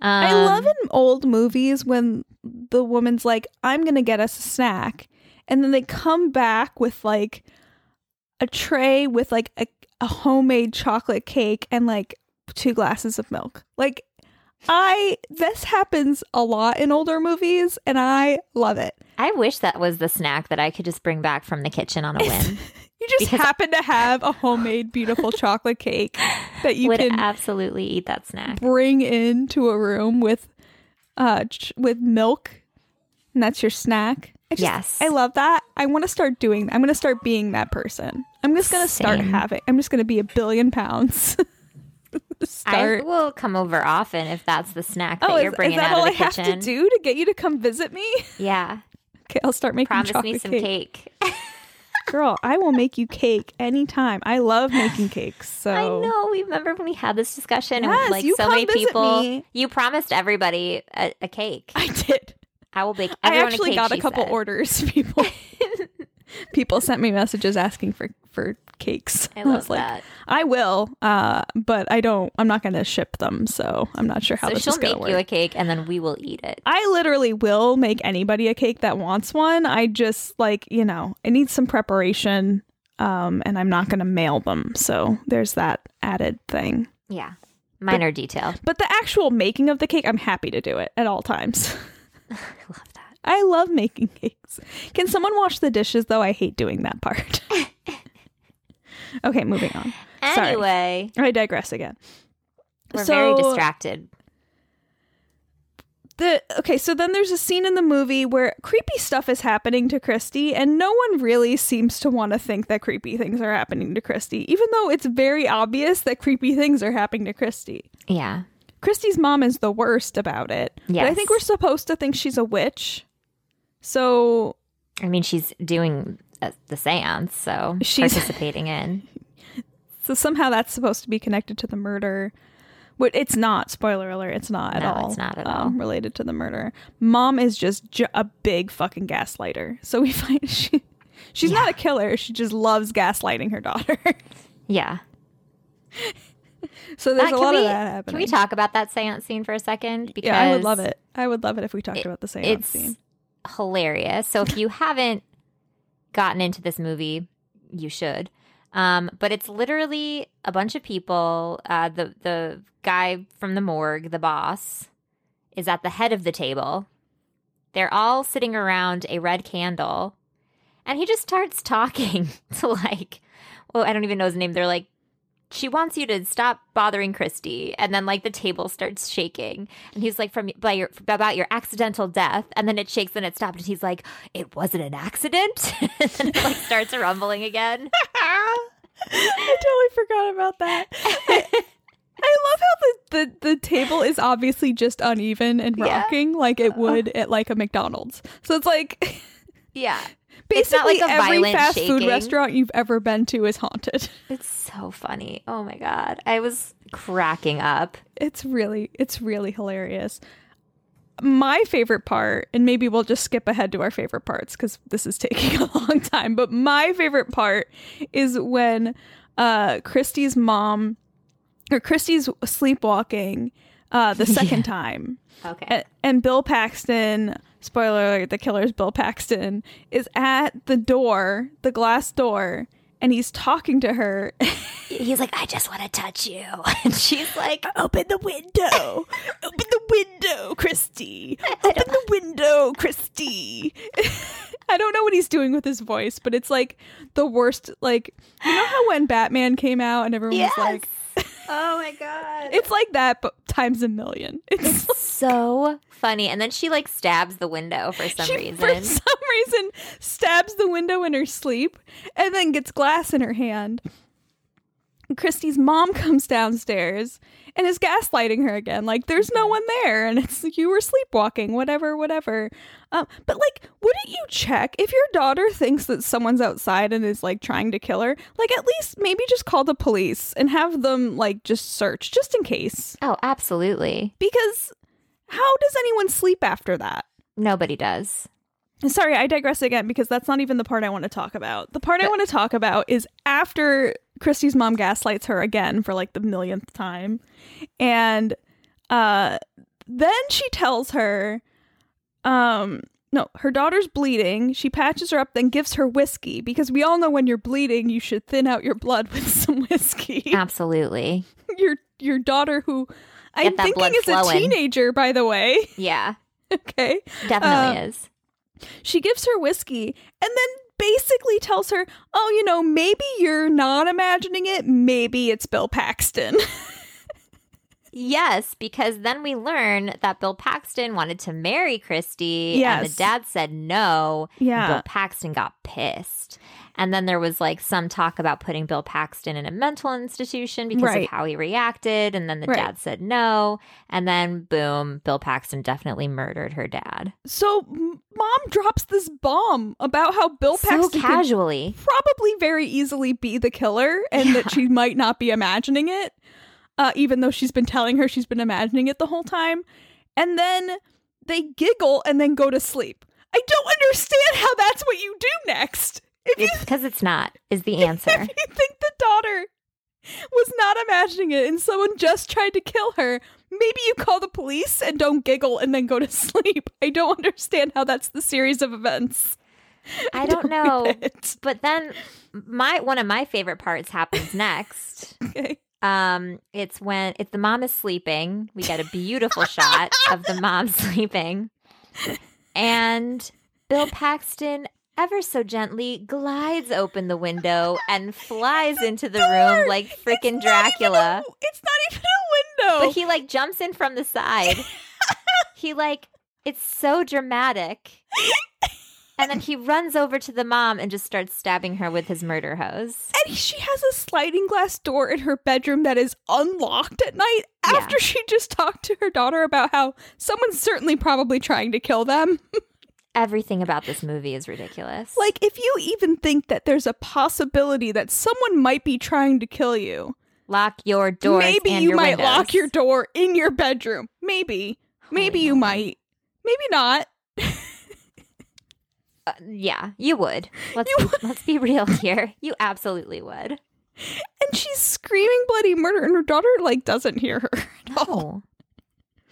Speaker 3: I love in old movies when the woman's like, I'm going to get us a snack. And then they come back with like a tray with like a, a homemade chocolate cake and like two glasses of milk. Like, I, this happens a lot in older movies and I love it.
Speaker 4: I wish that was the snack that I could just bring back from the kitchen on a whim.
Speaker 3: You just
Speaker 4: Because-
Speaker 3: happen to have a homemade, beautiful chocolate cake that you
Speaker 4: Would
Speaker 3: can
Speaker 4: absolutely eat that snack.
Speaker 3: bring into a room with uh ch- with milk and that's your snack I just,
Speaker 4: Yes.
Speaker 3: i love that i want to start doing i'm gonna start being that person i'm just gonna start
Speaker 4: Same.
Speaker 3: having i'm just gonna be a billion pounds
Speaker 4: I
Speaker 3: start
Speaker 4: will come over often if that's the snack that
Speaker 3: oh is,
Speaker 4: you're
Speaker 3: is
Speaker 4: bringing
Speaker 3: that
Speaker 4: out
Speaker 3: all
Speaker 4: of
Speaker 3: i
Speaker 4: the
Speaker 3: have
Speaker 4: kitchen.
Speaker 3: to do to get you to come visit me
Speaker 4: Yeah,
Speaker 3: okay i'll start making
Speaker 4: promise me
Speaker 3: chocolate
Speaker 4: some
Speaker 3: cake.
Speaker 4: cake.
Speaker 3: girl i will make you cake anytime i love making cakes so
Speaker 4: I know. We remember when we had this discussion and
Speaker 3: Yes,
Speaker 4: like
Speaker 3: you
Speaker 4: so many
Speaker 3: come visit
Speaker 4: people.
Speaker 3: me.
Speaker 4: You promised everybody a, a cake.
Speaker 3: i did
Speaker 4: I will bake.
Speaker 3: I
Speaker 4: Everyone
Speaker 3: actually
Speaker 4: a cake,
Speaker 3: got a
Speaker 4: she
Speaker 3: couple
Speaker 4: said.
Speaker 3: orders. People, people sent me messages asking for for cakes.
Speaker 4: I love
Speaker 3: was like,
Speaker 4: that.
Speaker 3: I will, uh, but I don't. I'm not going to ship them, so I'm not sure how
Speaker 4: So
Speaker 3: this
Speaker 4: she'll
Speaker 3: is going to
Speaker 4: make
Speaker 3: work.
Speaker 4: you a cake and then we will eat it.
Speaker 3: I literally will make anybody a cake that wants one. I just like you know, it needs some preparation, um, and I'm not going to mail them. So there's that added thing.
Speaker 4: Yeah. Minor detail.
Speaker 3: But the actual making of the cake, I'm happy to do it at all times.
Speaker 4: I love that.
Speaker 3: I love making cakes. Can someone wash the dishes though? I hate doing that part. okay, moving on. Sorry.
Speaker 4: Anyway,
Speaker 3: I digress again.
Speaker 4: we're
Speaker 3: So,
Speaker 4: very distracted.
Speaker 3: The okay, so then there's a scene in the movie where creepy stuff is happening to Christy, and no one really seems to want to think that creepy things are happening to Christy, even though it's very obvious that creepy things are happening to Christy.
Speaker 4: Yeah.
Speaker 3: Christy's mom is the worst about it. But I
Speaker 4: Yes.
Speaker 3: think we're supposed to think she's a witch. So
Speaker 4: I mean, she's doing uh, the seance, so
Speaker 3: She's-
Speaker 4: participating in.
Speaker 3: So somehow that's supposed to be connected to the murder. But it's not. Spoiler alert, it's not at
Speaker 4: No,
Speaker 3: all. um,
Speaker 4: it's not at all.
Speaker 3: related to the murder. Mom is just ju- a big fucking gaslighter. So we find she she's not a killer. She just loves gaslighting her daughter.
Speaker 4: Yeah.
Speaker 3: So there's
Speaker 4: Uh, can
Speaker 3: a lot of
Speaker 4: we-
Speaker 3: that happening.
Speaker 4: Can we talk about that seance scene for a second? Because
Speaker 3: yeah, I would love it. I would love it if we talked
Speaker 4: it-
Speaker 3: about the same
Speaker 4: It's
Speaker 3: scene.
Speaker 4: hilarious. So if you haven't gotten into this movie, you should. Um, but it's literally a bunch of people. Uh, the the guy from the morgue, the boss, is at the head of the table. They're all sitting around a red candle, and he just starts talking to like, well, I don't even know his name. They're like, she wants you to stop bothering Christy, and then like the table starts shaking, and he's like, from by your about your accidental death, and then it shakes and it stopped, and he's like, it wasn't an accident, and then it like starts rumbling again.
Speaker 3: I totally forgot about that. I, I love how the, the, the table is obviously just uneven and
Speaker 4: Yeah. Uh-huh.
Speaker 3: rocking like it would at like a McDonald's. So it's like
Speaker 4: Yeah, It's not
Speaker 3: basically
Speaker 4: like a
Speaker 3: every
Speaker 4: violent
Speaker 3: fast food
Speaker 4: shaking.
Speaker 3: restaurant you've ever been to is haunted.
Speaker 4: it's so funny. Oh my god, I was cracking up.
Speaker 3: It's really it's really hilarious. My favorite part, and maybe we'll just skip ahead to our favorite parts because this is taking a long time. But my favorite part is when uh, Christy's mom or Christy's sleepwalking uh, the second time,
Speaker 4: Okay,
Speaker 3: A- and Bill Paxton, spoiler alert, the killer's Bill Paxton, is at the door, the glass door, and he's talking to her,
Speaker 4: he's like, I just want to touch you, and she's like,
Speaker 3: Open the window. Open the window, Christy. Open the window, Christy. I don't know what he's doing with his voice, but it's like the worst. Like, you know how when Batman came out and everyone
Speaker 4: yes.
Speaker 3: was like,
Speaker 4: oh my god.
Speaker 3: it's like that, but times a million. It's,
Speaker 4: so funny. And then she like stabs the window for some
Speaker 3: she,
Speaker 4: reason.
Speaker 3: for some reason, stabs the window in her sleep and then gets glass in her hand. Christy's mom comes downstairs and is gaslighting her again. Like, there's no one there, and it's like, you were sleepwalking, whatever, whatever. Um, but like, wouldn't you check if your daughter thinks that someone's outside and is like trying to kill her? Like, at least maybe just call the police and have them like just search, just in case.
Speaker 4: oh, absolutely.
Speaker 3: Because how does anyone sleep after that?
Speaker 4: Nobody does.
Speaker 3: Sorry, I digress again because that's not even the part I want to talk about. The part I want to talk about is after Christy's mom gaslights her again for like the millionth time. And uh then she tells her um no, her daughter's bleeding. She patches her up then gives her whiskey because we all know when you're bleeding, you should thin out your blood with some whiskey.
Speaker 4: Absolutely.
Speaker 3: your your daughter who I'm
Speaker 4: Get that
Speaker 3: thinking
Speaker 4: blood
Speaker 3: is a
Speaker 4: flowing.
Speaker 3: teenager by the way.
Speaker 4: Yeah,
Speaker 3: okay.
Speaker 4: definitely
Speaker 3: Uh,
Speaker 4: is.
Speaker 3: She gives her whiskey and then basically tells her, Oh, you know, maybe you're not imagining it. Maybe it's Bill Paxton.
Speaker 4: Yes, because then we learn that Bill Paxton wanted to marry Christy, and
Speaker 3: Yes.
Speaker 4: the dad said no.
Speaker 3: Yeah.
Speaker 4: Bill Paxton got pissed. And then there was like some talk about putting Bill Paxton in a mental institution because
Speaker 3: Right.
Speaker 4: of how he reacted. And then the
Speaker 3: Right.
Speaker 4: dad said no. And then, boom, Bill Paxton definitely murdered her dad.
Speaker 3: So, m- mom drops this bomb about how Bill
Speaker 4: so
Speaker 3: Paxton could
Speaker 4: casually.
Speaker 3: probably very easily be the killer and that she might not be imagining it, uh, even though she's been telling her she's been imagining it the whole time. And then they giggle and then go to sleep. I don't understand how that's what you do next. If you
Speaker 4: It's because it's not, is the answer.
Speaker 3: if you think the daughter was not imagining it and someone just tried to kill her, maybe you call the police and don't giggle and then go to sleep. I don't understand how that's the series of events.
Speaker 4: I don't know.
Speaker 3: get it.
Speaker 4: But then my one of my favorite parts happens next.
Speaker 3: Okay.
Speaker 4: Um, it's when it's the mom is sleeping. We get a beautiful shot of the mom sleeping. And Bill Paxton ever so gently glides open the window and flies into the room like frickin'
Speaker 3: It's not even a-
Speaker 4: Dracula.
Speaker 3: it's not even a window.
Speaker 4: But he like jumps in from the side. he like it's so dramatic. And then he runs over to the mom and just starts stabbing her with his murder hose.
Speaker 3: and she has a sliding glass door in her bedroom that is unlocked at night
Speaker 4: Yeah.
Speaker 3: after she just talked to her daughter about how someone's certainly probably trying to kill them.
Speaker 4: Everything about this movie is ridiculous.
Speaker 3: Like, if you even think that there's a possibility that someone might be trying to kill you,
Speaker 4: lock your doors.
Speaker 3: maybe
Speaker 4: and
Speaker 3: you
Speaker 4: your
Speaker 3: might
Speaker 4: windows.
Speaker 3: lock your door in your bedroom. Maybe. maybe you
Speaker 4: moly.
Speaker 3: might. Maybe not.
Speaker 4: Uh, yeah, you would. Let's be, let's be real here. You absolutely would.
Speaker 3: And she's screaming screaming bloody murder, and her daughter like doesn't hear her at all.
Speaker 4: No.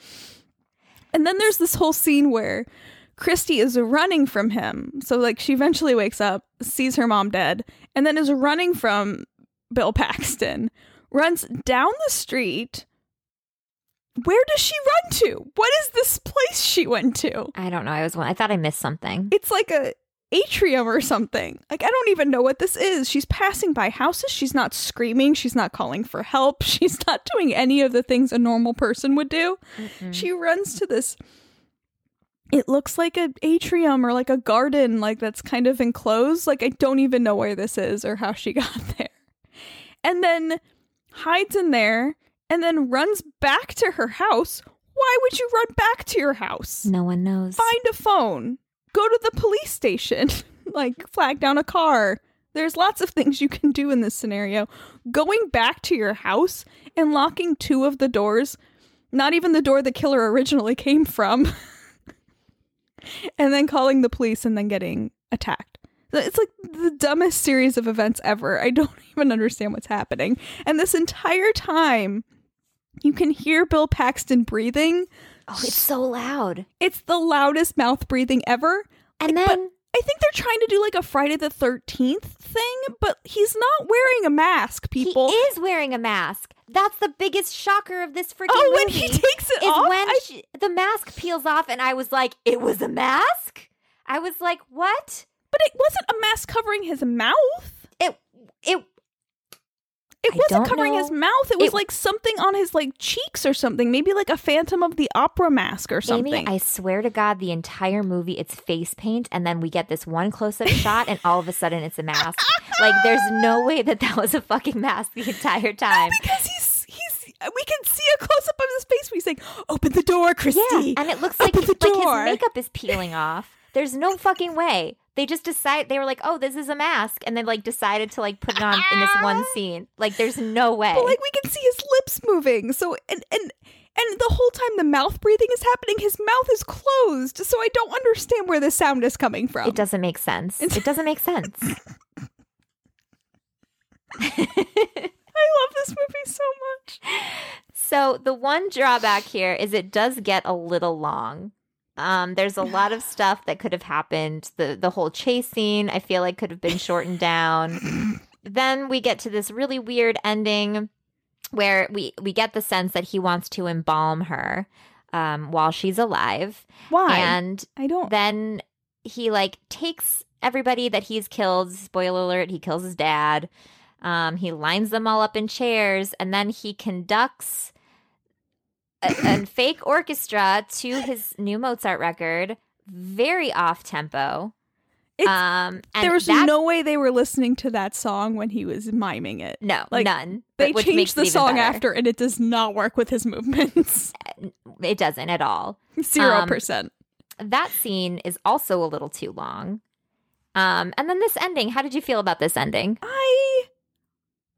Speaker 3: And then there's this whole scene where Christy is running from him. So like she eventually wakes up, sees her mom dead, and then is running from Bill Paxton. Runs down the street. Where does she run to? What is this place she went to?
Speaker 4: I don't know. I was I thought I missed something.
Speaker 3: It's like a atrium or something. Like I don't even know what this is. She's passing by houses. She's not screaming. She's not calling for help. She's not doing any of the things a normal person would do.
Speaker 4: Mm-hmm.
Speaker 3: She runs to this. It looks like an atrium or like a garden, like that's kind of enclosed. Like, I don't even know where this is or how she got there. And then hides in there and then runs back to her house. Why would you run back to your house?
Speaker 4: no one knows.
Speaker 3: Find a phone, go to the police station, like flag down a car. There's lots of things you can do in this scenario. Going back to your house and locking two of the doors, not even the door the killer originally came from, and then calling the police and then getting attacked. It's like the dumbest series of events ever. I don't even understand what's happening. And this entire time, you can hear Bill Paxton breathing
Speaker 4: Oh, it's so loud.
Speaker 3: it's the loudest mouth breathing ever.
Speaker 4: And then
Speaker 3: Like, but I think they're trying to do like a Friday the 13th thing, but he's not wearing a mask, people.
Speaker 4: he is wearing a mask. That's the biggest shocker of this freaking
Speaker 3: oh, when
Speaker 4: movie.
Speaker 3: he takes it
Speaker 4: is
Speaker 3: off.
Speaker 4: when
Speaker 3: I-
Speaker 4: she, the mask peels off, and I was like, "It was a mask." I was like, "What?"
Speaker 3: but it wasn't a mask covering his mouth.
Speaker 4: It it
Speaker 3: It
Speaker 4: I
Speaker 3: wasn't
Speaker 4: don't
Speaker 3: covering his
Speaker 4: know.
Speaker 3: mouth. It was
Speaker 4: It-
Speaker 3: like something on his like cheeks or something. Maybe like a Phantom of the Opera mask or something.
Speaker 4: Amy, I swear to God, the entire movie it's face paint, and then we get this one close up shot, and all of a sudden it's a mask. like, there's no way that that was a fucking mask the entire time.
Speaker 3: because he's he's we can see a close up of his face. where He's like, "Open the door, Christy."
Speaker 4: Yeah, and it looks like
Speaker 3: Open
Speaker 4: like
Speaker 3: the
Speaker 4: his
Speaker 3: door.
Speaker 4: makeup is peeling off. There's no fucking way. They just decide they were like, "Oh, this is a mask," and then like decided to like put it on in this one scene. Like, there's no way.
Speaker 3: Ah. But like we can see his lips moving. So and and and the whole time the mouth breathing is happening, his mouth is closed. So I don't understand where the sound is coming from.
Speaker 4: It doesn't make sense. It doesn't make sense.
Speaker 3: I love this movie so much.
Speaker 4: So the one drawback here is it does get a little long. Um, there's a lot of stuff that could have happened. The the whole chase scene I feel like could have been shortened down. then we get to this really weird ending where we we get the sense that he wants to embalm her um, while she's alive,
Speaker 3: Why?
Speaker 4: and
Speaker 3: I don't.
Speaker 4: then he like takes everybody that he's killed spoiler alert he kills his dad um, he lines them all up in chairs and then he conducts a, a fake orchestra to his new mozart record very off tempo
Speaker 3: It's-
Speaker 4: um and
Speaker 3: there was
Speaker 4: that-
Speaker 3: no way they were listening to that song when he was miming it.
Speaker 4: no
Speaker 3: like,
Speaker 4: none but-
Speaker 3: They
Speaker 4: which makes
Speaker 3: changed
Speaker 4: it
Speaker 3: the
Speaker 4: even
Speaker 3: song
Speaker 4: better.
Speaker 3: after, and it does not work with his movements.
Speaker 4: it doesn't at all Um,
Speaker 3: Zero percent.
Speaker 4: that scene is also a little too long um and then this ending how did you feel about this ending
Speaker 3: I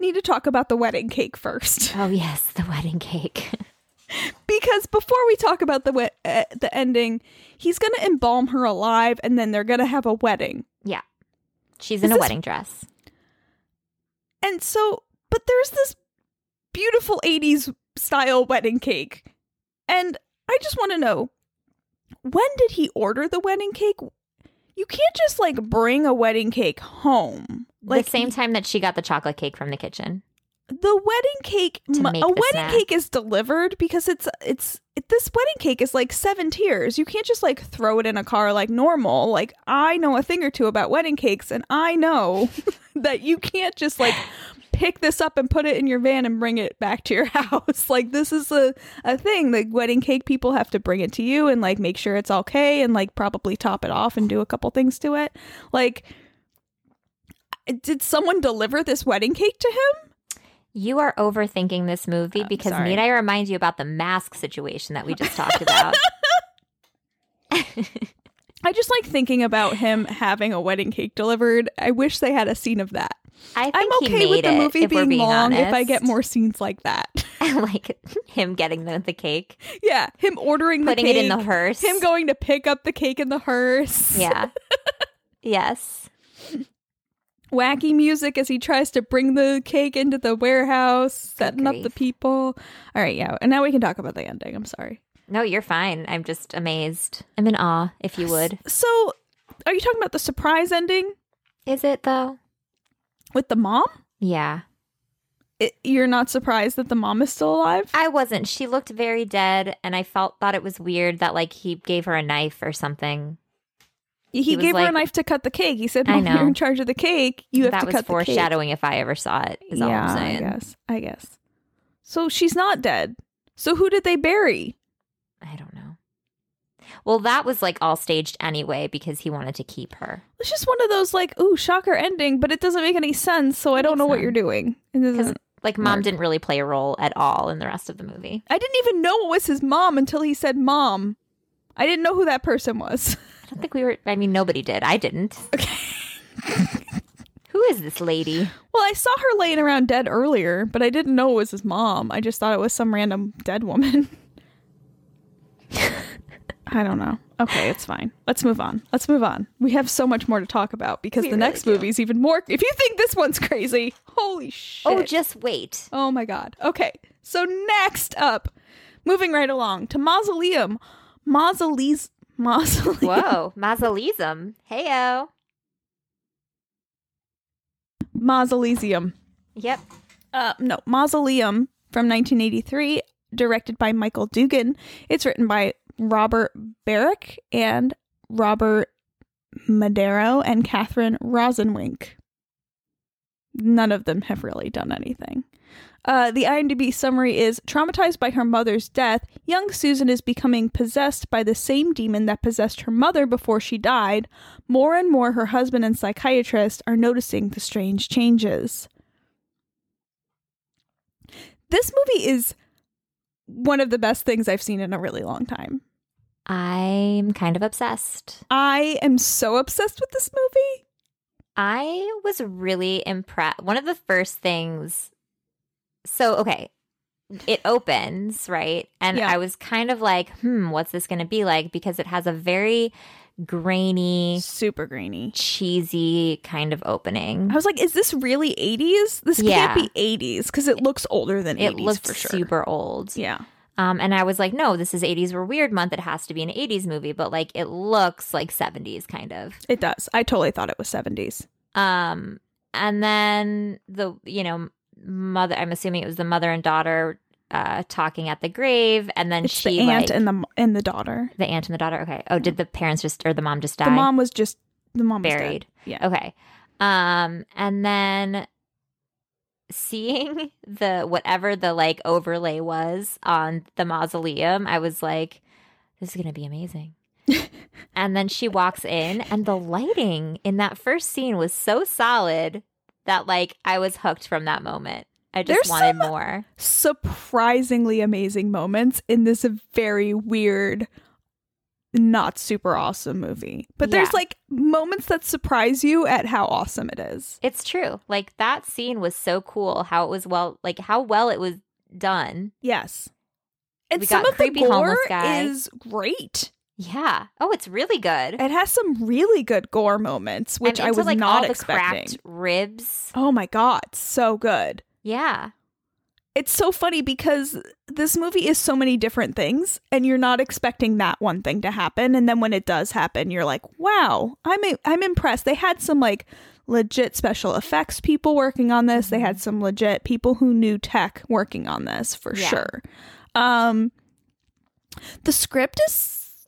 Speaker 3: need to talk about the wedding cake first.
Speaker 4: oh yes the wedding cake
Speaker 3: because before we talk about the we- uh, the ending, he's gonna embalm her alive, and then they're gonna have a wedding.
Speaker 4: She's
Speaker 3: Is
Speaker 4: in a
Speaker 3: this-
Speaker 4: wedding dress.
Speaker 3: And so, but there's this beautiful '80s style wedding cake, and I just want to know when did he order the wedding cake? You can't just like bring a wedding cake home. Like
Speaker 4: the same time that she got the chocolate cake from the kitchen.
Speaker 3: the wedding cake
Speaker 4: To
Speaker 3: mu- a
Speaker 4: make the
Speaker 3: wedding
Speaker 4: snack.
Speaker 3: cake is delivered because it's it's it, this wedding cake is like seven tiers you can't just like throw it in a car like normal like i know a thing or two about wedding cakes and i know that you can't just like pick this up and put it in your van and bring it back to your house like this is a, a thing the wedding cake people have to bring it to you and like make sure it's okay and like probably top it off and do a couple things to it like did someone deliver this wedding cake to him
Speaker 4: You are overthinking this movie because
Speaker 3: Uh, sorry.
Speaker 4: need I remind you about the mask situation that we just talked about?
Speaker 3: I just like thinking about him having a wedding cake delivered. I wish they had a scene of that.
Speaker 4: I think
Speaker 3: I'm
Speaker 4: he
Speaker 3: okay
Speaker 4: made
Speaker 3: with the
Speaker 4: it,
Speaker 3: movie
Speaker 4: if we're
Speaker 3: being, long if I
Speaker 4: honest.
Speaker 3: get more scenes like that.
Speaker 4: like him getting the, the cake,
Speaker 3: yeah, him ordering the
Speaker 4: putting
Speaker 3: cake,
Speaker 4: it in the hearse.
Speaker 3: him going to pick up the cake in the hearse.
Speaker 4: Yeah. yes.
Speaker 3: wacky music as he tries to bring the cake into the warehouse, setting up the
Speaker 4: grief.
Speaker 3: people. All right, yeah. And now we can talk about the ending. I'm sorry.
Speaker 4: No, you're fine. I'm just amazed. I'm in awe, if you would.
Speaker 3: So, are you talking about the surprise ending
Speaker 4: Is it though?
Speaker 3: with the mom?
Speaker 4: Yeah.
Speaker 3: It, you're not surprised that the mom is still alive?
Speaker 4: I wasn't. She looked very dead, and I felt thought it was weird that like he gave her a knife or something.
Speaker 3: he,
Speaker 4: he was
Speaker 3: gave her a
Speaker 4: like-
Speaker 3: knife to cut the cake. He said,
Speaker 4: I
Speaker 3: "Mom, you're
Speaker 4: know.
Speaker 3: in charge of the cake. You have
Speaker 4: that
Speaker 3: to
Speaker 4: was
Speaker 3: cut the cake."
Speaker 4: foreshadowing if I ever saw it, is
Speaker 3: yeah,
Speaker 4: all I'm
Speaker 3: I
Speaker 4: saying.
Speaker 3: guess. I guess. So she's not dead. So who did they bury?
Speaker 4: I don't know. Well, that was like all staged anyway because he wanted to keep her.
Speaker 3: It's just one of those like, ooh, shocker ending, but it doesn't make any sense. So I don't
Speaker 4: Makes
Speaker 3: know what
Speaker 4: sense.
Speaker 3: you're doing. It doesn't-
Speaker 4: Like mom
Speaker 3: Mark.
Speaker 4: didn't really play a role at all in the rest of the movie.
Speaker 3: I didn't even know it was his mom until he said mom. I didn't know who that person was.
Speaker 4: I don't think we were I mean nobody did. I didn't. Okay. Who is this lady?
Speaker 3: Well, I saw her laying around dead earlier, but I didn't know it was his mom. I just thought it was some random dead woman. I don't know. Okay, it's fine. Let's move on. Let's move on. We have so much more to talk about because
Speaker 4: We
Speaker 3: the
Speaker 4: really
Speaker 3: next
Speaker 4: do.
Speaker 3: movie's even more. If you think this one's crazy, holy shit.
Speaker 4: Oh, just wait.
Speaker 3: Oh my god. Okay. So next up, moving right along to Mausoleum. Mausolees Mausoleum.
Speaker 4: Whoa, mausoleum. Heyo.
Speaker 3: Mausoleum.
Speaker 4: Yep.
Speaker 3: Uh, no, Mausoleum from 1983, directed by Michael Dugan. It's written by Robert Barrick and Robert Madero and Catherine Rosenwink. None of them have really done anything. Uh, the IMDb summary is Traumatized by her mother's death, young Susan is becoming possessed by the same demon that possessed her mother before she died. More and more, her husband and psychiatrist are noticing the strange changes this movie is one of the best things I've seen in a really long time.
Speaker 4: I'm kind of obsessed.
Speaker 3: I am so obsessed with this movie.
Speaker 4: I was really impressed. One of the first things. So, okay. It opens, right? And
Speaker 3: Yeah.
Speaker 4: I was kind of like, hmm, what's this going to be like? Because it has a very grainy,
Speaker 3: Super grainy.
Speaker 4: cheesy kind of opening.
Speaker 3: I was like, is this really 80s? This
Speaker 4: Yeah.
Speaker 3: can't be 80s because it looks older than
Speaker 4: It
Speaker 3: 80s
Speaker 4: looked
Speaker 3: for sure.
Speaker 4: super old.
Speaker 3: yeah.
Speaker 4: Um, and I was like, no, this is 80s were weird month. It has to be an 80s movie, but like it looks like 70s kind of.
Speaker 3: It does. I totally thought it was 70s.
Speaker 4: Um, and then the you know mother. I'm assuming it was the mother and daughter uh, talking at the grave, and then
Speaker 3: It's
Speaker 4: she
Speaker 3: the aunt
Speaker 4: like,
Speaker 3: and the and the daughter.
Speaker 4: the aunt and the daughter. Okay. Oh, did the parents just or the mom just die?
Speaker 3: The mom was just the mom was dead.
Speaker 4: buried.
Speaker 3: Yeah.
Speaker 4: Okay. Um, and then seeing the whatever the like overlay was on the mausoleum, I was like, this is gonna be amazing. and then she walks in, and the lighting in that first scene was so solid that like I was hooked from that moment. I just
Speaker 3: There's
Speaker 4: wanted
Speaker 3: some-
Speaker 4: more.
Speaker 3: Surprisingly amazing moments in this very weird not super awesome movie. But there's
Speaker 4: Yeah.
Speaker 3: like moments that surprise you at how awesome it is.
Speaker 4: It's true. Like that scene was so cool. How it was well, like how well it was done.
Speaker 3: Yes. And
Speaker 4: We
Speaker 3: some
Speaker 4: got
Speaker 3: of the
Speaker 4: creepy homeless
Speaker 3: gore
Speaker 4: guy.
Speaker 3: is great.
Speaker 4: Yeah. Oh, it's really good.
Speaker 3: It has some really good gore moments, which
Speaker 4: I'm
Speaker 3: I
Speaker 4: into,
Speaker 3: was
Speaker 4: like,
Speaker 3: not
Speaker 4: all
Speaker 3: expecting.
Speaker 4: The cracked ribs.
Speaker 3: Oh my god, so good.
Speaker 4: Yeah.
Speaker 3: It's so funny because this movie is so many different things and you're not expecting that one thing to happen and then when it does happen you're like, "Wow, I'm I'm impressed." They had some like legit special effects people working on this. They had some legit people who knew tech working on this for
Speaker 4: Yeah.
Speaker 3: sure. Um the script is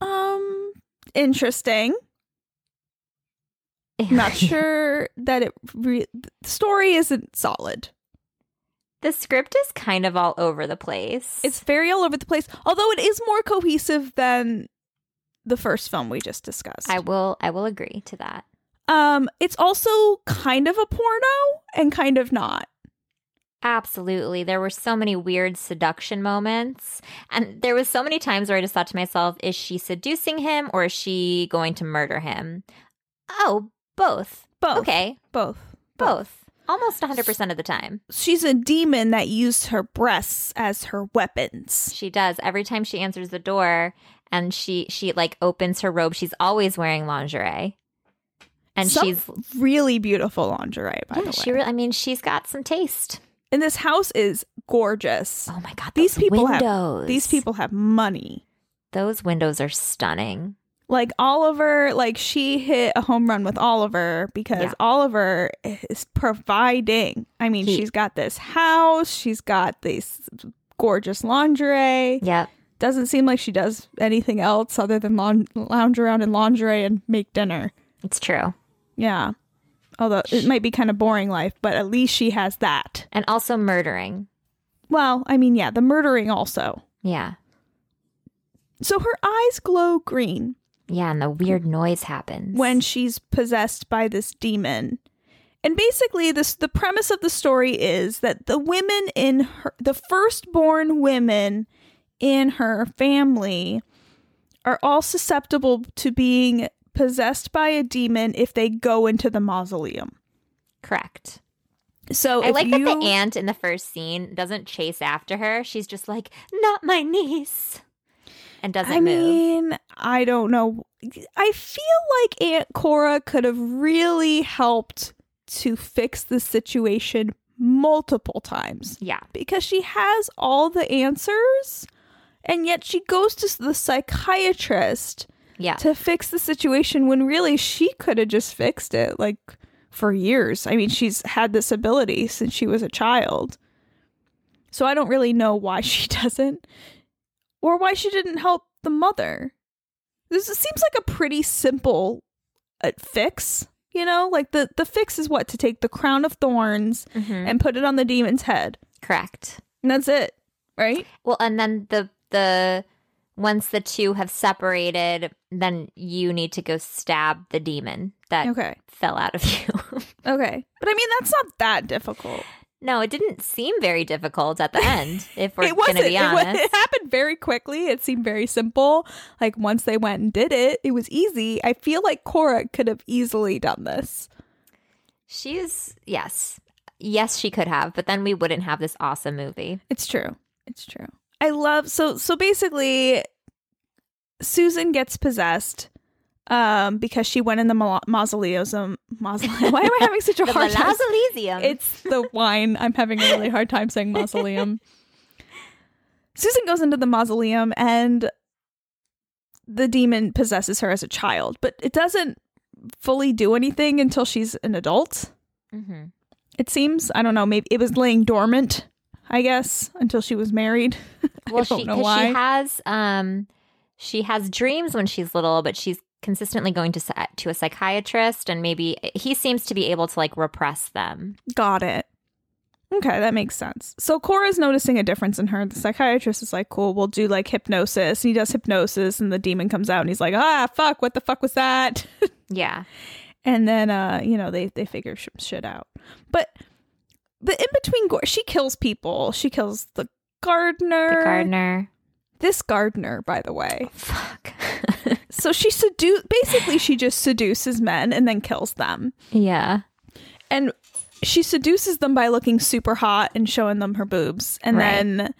Speaker 3: um interesting. Not sure that it re- the story isn't solid.
Speaker 4: the script is kind of all over the place.
Speaker 3: It's very all over the place, although it is more cohesive than the first film we just discussed.
Speaker 4: I will I will agree to that.
Speaker 3: um, it's also kind of a porno and kind of not.
Speaker 4: Absolutely. There were so many weird seduction moments. And there was so many times where I just thought to myself, is she seducing him or is she going to murder him? Oh, both.
Speaker 3: Both.
Speaker 4: Okay.
Speaker 3: Both.
Speaker 4: Both. Almost 100% of the time.
Speaker 3: She's a demon that used her breasts as her weapons.
Speaker 4: She does. Every time she answers the door and she she like opens her robe, she's always wearing lingerie. and
Speaker 3: Some
Speaker 4: she's
Speaker 3: really beautiful lingerie, by the
Speaker 4: yeah,
Speaker 3: way.
Speaker 4: she. Re- I mean, she's got some taste.
Speaker 3: and this house is gorgeous.
Speaker 4: Oh my god,
Speaker 3: these
Speaker 4: those
Speaker 3: people
Speaker 4: windows.
Speaker 3: have these people have money.
Speaker 4: Those windows are stunning.
Speaker 3: Like Oliver, like she hit a home run with Oliver because
Speaker 4: Yeah.
Speaker 3: Oliver is providing. I mean,
Speaker 4: He-
Speaker 3: she's got this house, she's got this gorgeous lingerie.
Speaker 4: Yep.
Speaker 3: Doesn't seem like she does anything else other than lon- lounge around in lingerie and make dinner.
Speaker 4: It's true.
Speaker 3: Yeah. Although it might be kind of boring life, but at least she has that.
Speaker 4: And also murdering.
Speaker 3: Well, I mean, yeah, the murdering also.
Speaker 4: Yeah.
Speaker 3: So her eyes glow green
Speaker 4: Yeah, and the weird noise happens.
Speaker 3: when she's possessed by this demon. And basically this the premise of the story is that the women in her the firstborn women in her family are all susceptible to being possessed by a demon if they go into the mausoleum.
Speaker 4: Correct.
Speaker 3: So
Speaker 4: I
Speaker 3: if
Speaker 4: like
Speaker 3: you-
Speaker 4: that the aunt in the first scene doesn't chase after her. She's just like, not my niece. And doesn't
Speaker 3: I
Speaker 4: move.
Speaker 3: mean, I don't know. I feel like Aunt Cora could have really helped to fix the situation multiple times
Speaker 4: Yeah.
Speaker 3: because she has all the answers and yet she goes to the psychiatrist
Speaker 4: Yeah.
Speaker 3: to fix the situation when really she could have just fixed it like for years. I mean, she's had this ability since she was a child. So I don't really know why she doesn't or why she didn't help the mother. This seems like a pretty simple uh, fix, you know? Like the the fix is what to take the crown of thorns
Speaker 4: Mhm.
Speaker 3: and put it on the demon's head.
Speaker 4: Correct.
Speaker 3: And that's it, right?
Speaker 4: Well, and then the the once the two have separated, then you need to go stab the demon that
Speaker 3: Okay.
Speaker 4: fell out of you.
Speaker 3: Okay. But I mean, that's not that difficult.
Speaker 4: no, it didn't seem very difficult at the end. If we're
Speaker 3: it wasn't.
Speaker 4: going to be
Speaker 3: It wa-
Speaker 4: honest,
Speaker 3: It, happened very quickly. It seemed very simple. Like once they went and did it, it was easy. I feel like Cora could have easily done this.
Speaker 4: she's yes, yes, she could have, but then we wouldn't have this awesome movie.
Speaker 3: It's true. It's true. I love so so basically Susan gets possessed um because she went in the mau- mausoleum mausoleum. Why am I having such a
Speaker 4: The
Speaker 3: hard time?
Speaker 4: Mausoleum.
Speaker 3: It's the wine. I'm having a really hard time saying mausoleum. Susan goes into the mausoleum and the demon possesses her as a child, but it doesn't fully do anything until she's an adult.
Speaker 4: Mhm.
Speaker 3: It seems. I don't know. Maybe it was laying dormant, I guess, until she was married.
Speaker 4: well,
Speaker 3: I don't
Speaker 4: she
Speaker 3: know
Speaker 4: 'cause
Speaker 3: why.
Speaker 4: she has um she has dreams when she's little, but she's consistently going to psy- to a psychiatrist, and maybe he seems to be able to like repress them.
Speaker 3: Got it. Okay, that makes sense. So Cora's noticing a difference in her. The psychiatrist is like, cool, we'll do like hypnosis. And he does hypnosis, and the demon comes out, and he's like, ah, fuck, what the fuck was that?
Speaker 4: Yeah.
Speaker 3: and then uh you know they they figure sh- shit out but the in between gore she kills people she kills the gardener
Speaker 4: The gardener.
Speaker 3: this gardener by the way
Speaker 4: Fuck.
Speaker 3: so she seduce basically she just seduces men and then kills them
Speaker 4: yeah.
Speaker 3: and she seduces them by looking super hot and showing them her boobs and
Speaker 4: Right.
Speaker 3: then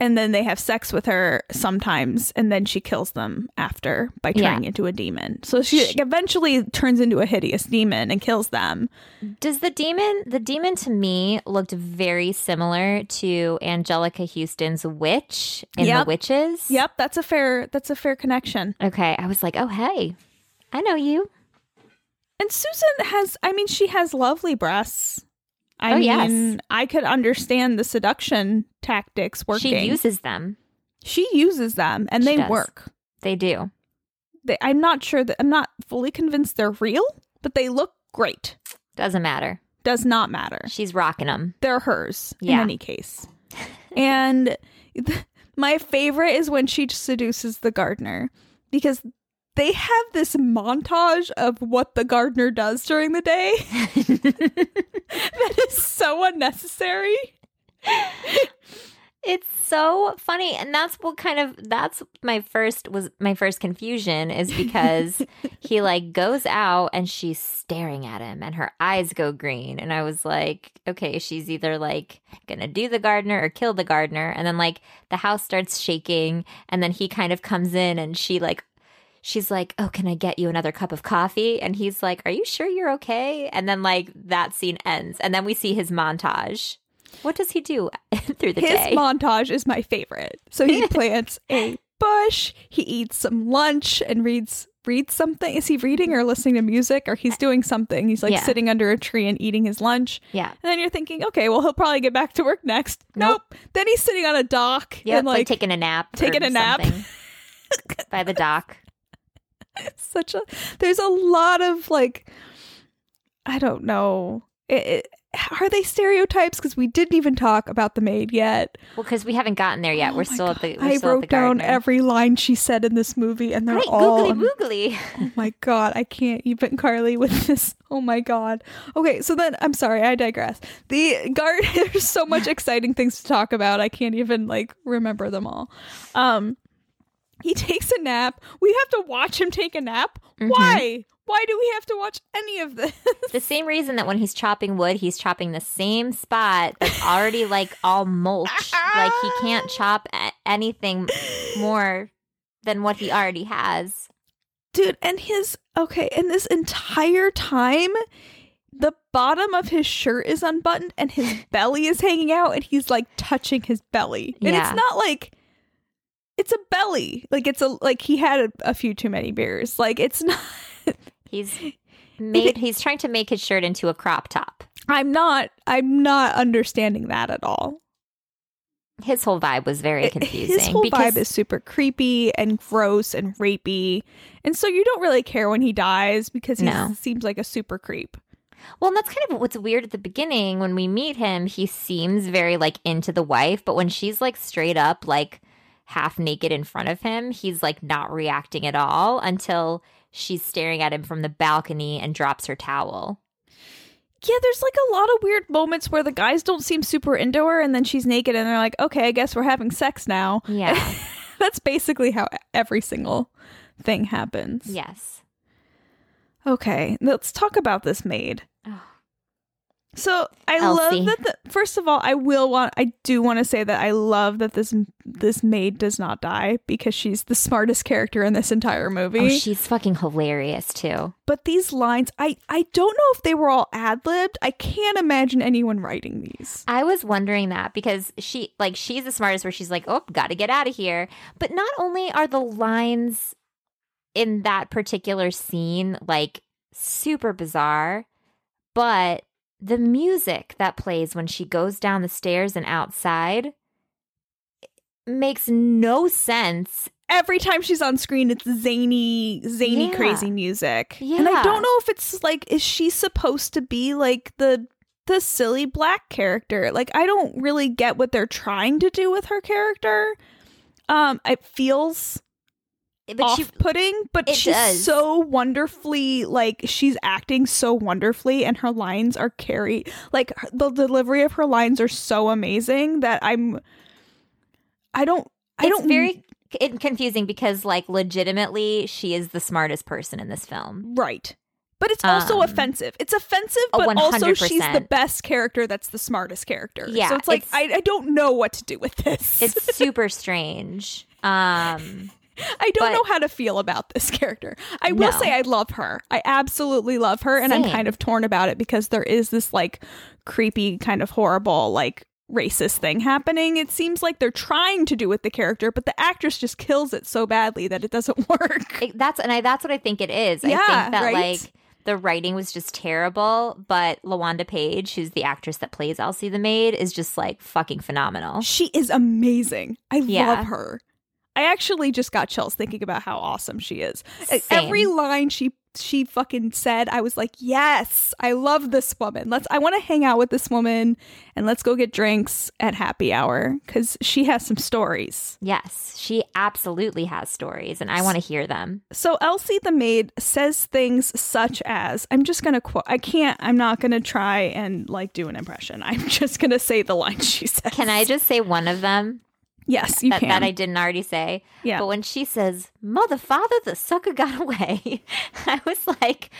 Speaker 3: and then they have sex with her sometimes and then she kills them after by
Speaker 4: Yeah.
Speaker 3: turning into a demon so she eventually turns into a hideous demon and kills them
Speaker 4: Does the demon the demon to me looked very similar to Angelica Houston's witch in
Speaker 3: Yep.
Speaker 4: The Witches?
Speaker 3: Yep, that's a fair that's a fair connection.
Speaker 4: Okay, I was like, "Oh, hey. I know you."
Speaker 3: And Susan has I mean she has lovely breasts. I
Speaker 4: Oh, yes.
Speaker 3: mean, I could understand the seduction tactics working.
Speaker 4: She uses them.
Speaker 3: She uses them and
Speaker 4: She
Speaker 3: they
Speaker 4: does.
Speaker 3: work.
Speaker 4: They do.
Speaker 3: They, I'm not sure that I'm not fully convinced they're real, but they look great.
Speaker 4: Doesn't matter.
Speaker 3: Does not matter.
Speaker 4: She's rocking them.
Speaker 3: They're hers in
Speaker 4: Yeah.
Speaker 3: any case. and th- my favorite is when she seduces the gardener because they have this montage of what the gardener does during the day. that is so unnecessary.
Speaker 4: It's so funny, and that's what kind of that's my first was my first confusion is because he like goes out and she's staring at him, and her eyes go green, and I was like, okay, she's either like gonna do the gardener or kill the gardener, and then like the house starts shaking, and then he kind of comes in, and she like she's like, "Oh, can I get you another cup of coffee?" And he's like, "Are you sure you're okay?" And then like that scene ends, and then we see his montage. What does he do through the
Speaker 3: His
Speaker 4: day?
Speaker 3: montage is my favorite. So he plants a bush, he eats some lunch and reads reads something. Is he reading or listening to music or he's doing something? He's like
Speaker 4: Yeah.
Speaker 3: sitting under a tree and eating his lunch.
Speaker 4: yeah.
Speaker 3: And then you're thinking, okay, well he'll probably get back to work next. Nope. Then he's sitting on a dock
Speaker 4: Yeah,
Speaker 3: and
Speaker 4: like,
Speaker 3: like,
Speaker 4: taking a nap.
Speaker 3: taking
Speaker 4: or
Speaker 3: a nap.
Speaker 4: something by the dock.
Speaker 3: such a there's a lot of like I don't know. It, it, are they stereotypes cuz we didn't even talk about the maid yet.
Speaker 4: Well, because we haven't gotten there yet.
Speaker 3: Oh
Speaker 4: we're
Speaker 3: my
Speaker 4: still at the.
Speaker 3: God.
Speaker 4: We're
Speaker 3: I
Speaker 4: still at the
Speaker 3: wrote down
Speaker 4: gardener.
Speaker 3: every line she said in this movie, and they're
Speaker 4: Right,
Speaker 3: all.
Speaker 4: googly boogly.
Speaker 3: oh my god, I can't even Carly with this. Oh my god. Okay, so then I'm sorry, I digress. The guard. There's so much exciting things to talk about. I can't even like remember them all. Um, he takes a nap. We have to watch him take a nap.
Speaker 4: Mm-hmm.
Speaker 3: Why? Why do we have to watch any of this?
Speaker 4: the same reason that when he's chopping wood, he's chopping the same spot that's already like all mulch. like he can't chop a- anything more than what he already has.
Speaker 3: dude and his okay and this entire time the bottom of his shirt is unbuttoned and his belly is hanging out and he's like touching his belly and
Speaker 4: Yeah.
Speaker 3: it's not like it's a belly like it's a like he had a, a few too many beers like it's not
Speaker 4: He's made. He's trying to make his shirt into a crop top.
Speaker 3: i'm not i'm not understanding that at all
Speaker 4: His whole vibe was very
Speaker 3: It-
Speaker 4: confusing.
Speaker 3: His whole
Speaker 4: because
Speaker 3: vibe is super creepy and gross and rapey. And so you don't really care when he dies because he
Speaker 4: No.
Speaker 3: seems like a super creep.
Speaker 4: Well, and that's kind of what's weird at the beginning when we meet him. He seems very like into the wife, but when she's like straight up like half naked in front of him, he's like not reacting at all until she's staring at him from the balcony and drops her towel.
Speaker 3: Yeah, there's like a lot of weird moments where the guys don't seem super into her and then she's naked and they're like, okay, I guess we're having sex now.
Speaker 4: Yeah.
Speaker 3: That's basically how every single thing happens.
Speaker 4: yes.
Speaker 3: Okay, let's talk about this maid.
Speaker 4: Oh.
Speaker 3: So I
Speaker 4: Elsie.
Speaker 3: love that. The, first of all, I will want. I do want to say that I love that this this maid does not die because she's the smartest character in this entire movie.
Speaker 4: Oh, she's fucking hilarious too.
Speaker 3: but these lines, I I don't know if they were all ad libbed. I can't imagine anyone writing these.
Speaker 4: I was wondering that because she like she's the smartest where she's like, "Oh, got to get out of here." But not only are the lines in that particular scene like super bizarre, but the music that plays when she goes down the stairs and outside makes no sense.
Speaker 3: every time she's on screen it's zany zany
Speaker 4: Yeah.
Speaker 3: crazy music and
Speaker 4: Yeah.
Speaker 3: i don't know if it's like is she supposed to be like the the silly black character like i don't really get what they're trying to do with her character um it feels
Speaker 4: But she
Speaker 3: off-putting but
Speaker 4: it
Speaker 3: she's
Speaker 4: does.
Speaker 3: so wonderfully like she's acting so wonderfully and her lines are carried like her- the delivery of her lines are so amazing that i'm i don't i
Speaker 4: it's
Speaker 3: don't
Speaker 4: very c- confusing because like legitimately she is the smartest person in this film.
Speaker 3: Right. But it's also
Speaker 4: Um,
Speaker 3: offensive. It's offensive,
Speaker 4: oh,
Speaker 3: but also she's the
Speaker 4: 100%.
Speaker 3: best character that's the smartest character.
Speaker 4: Yeah,
Speaker 3: So it's like,
Speaker 4: it's-
Speaker 3: I, I don't know what to do with this.
Speaker 4: It's super strange. Um
Speaker 3: I don't
Speaker 4: but-
Speaker 3: know how to feel about this character. I will
Speaker 4: No.
Speaker 3: say I love her. I absolutely love her. And I'm
Speaker 4: Same.
Speaker 3: kind of torn about it because there is this like creepy, kind of horrible, like racist thing happening. It seems like they're trying to do with the character, but the actress just kills it so badly that it doesn't work.
Speaker 4: It- that's and I, that's what I think it is. I
Speaker 3: Yeah,
Speaker 4: think that
Speaker 3: right?
Speaker 4: like the writing was just terrible, but Lawanda Page, who's the actress that plays Elsie the maid, is just like fucking phenomenal.
Speaker 3: She is amazing. I
Speaker 4: Yeah.
Speaker 3: love her. I actually just got chills thinking about how awesome she is. E-
Speaker 4: Same.
Speaker 3: Every line she she fucking said, I was like, "Yes, I love this woman. Let's I want to hang out with this woman and let's go get drinks at happy hour cuz she has some stories."
Speaker 4: Yes, she absolutely has stories, and I want to hear them.
Speaker 3: So Elsie the maid says things such as, I'm just going to quote. I can't I'm not going to try and like do an impression. I'm just going to say the line she says.
Speaker 4: Can I just say one of them
Speaker 3: Yes, you
Speaker 4: that,
Speaker 3: can.
Speaker 4: that I didn't already say?
Speaker 3: yeah.
Speaker 4: But when she says, "Mother, father, the sucker got away," I was like,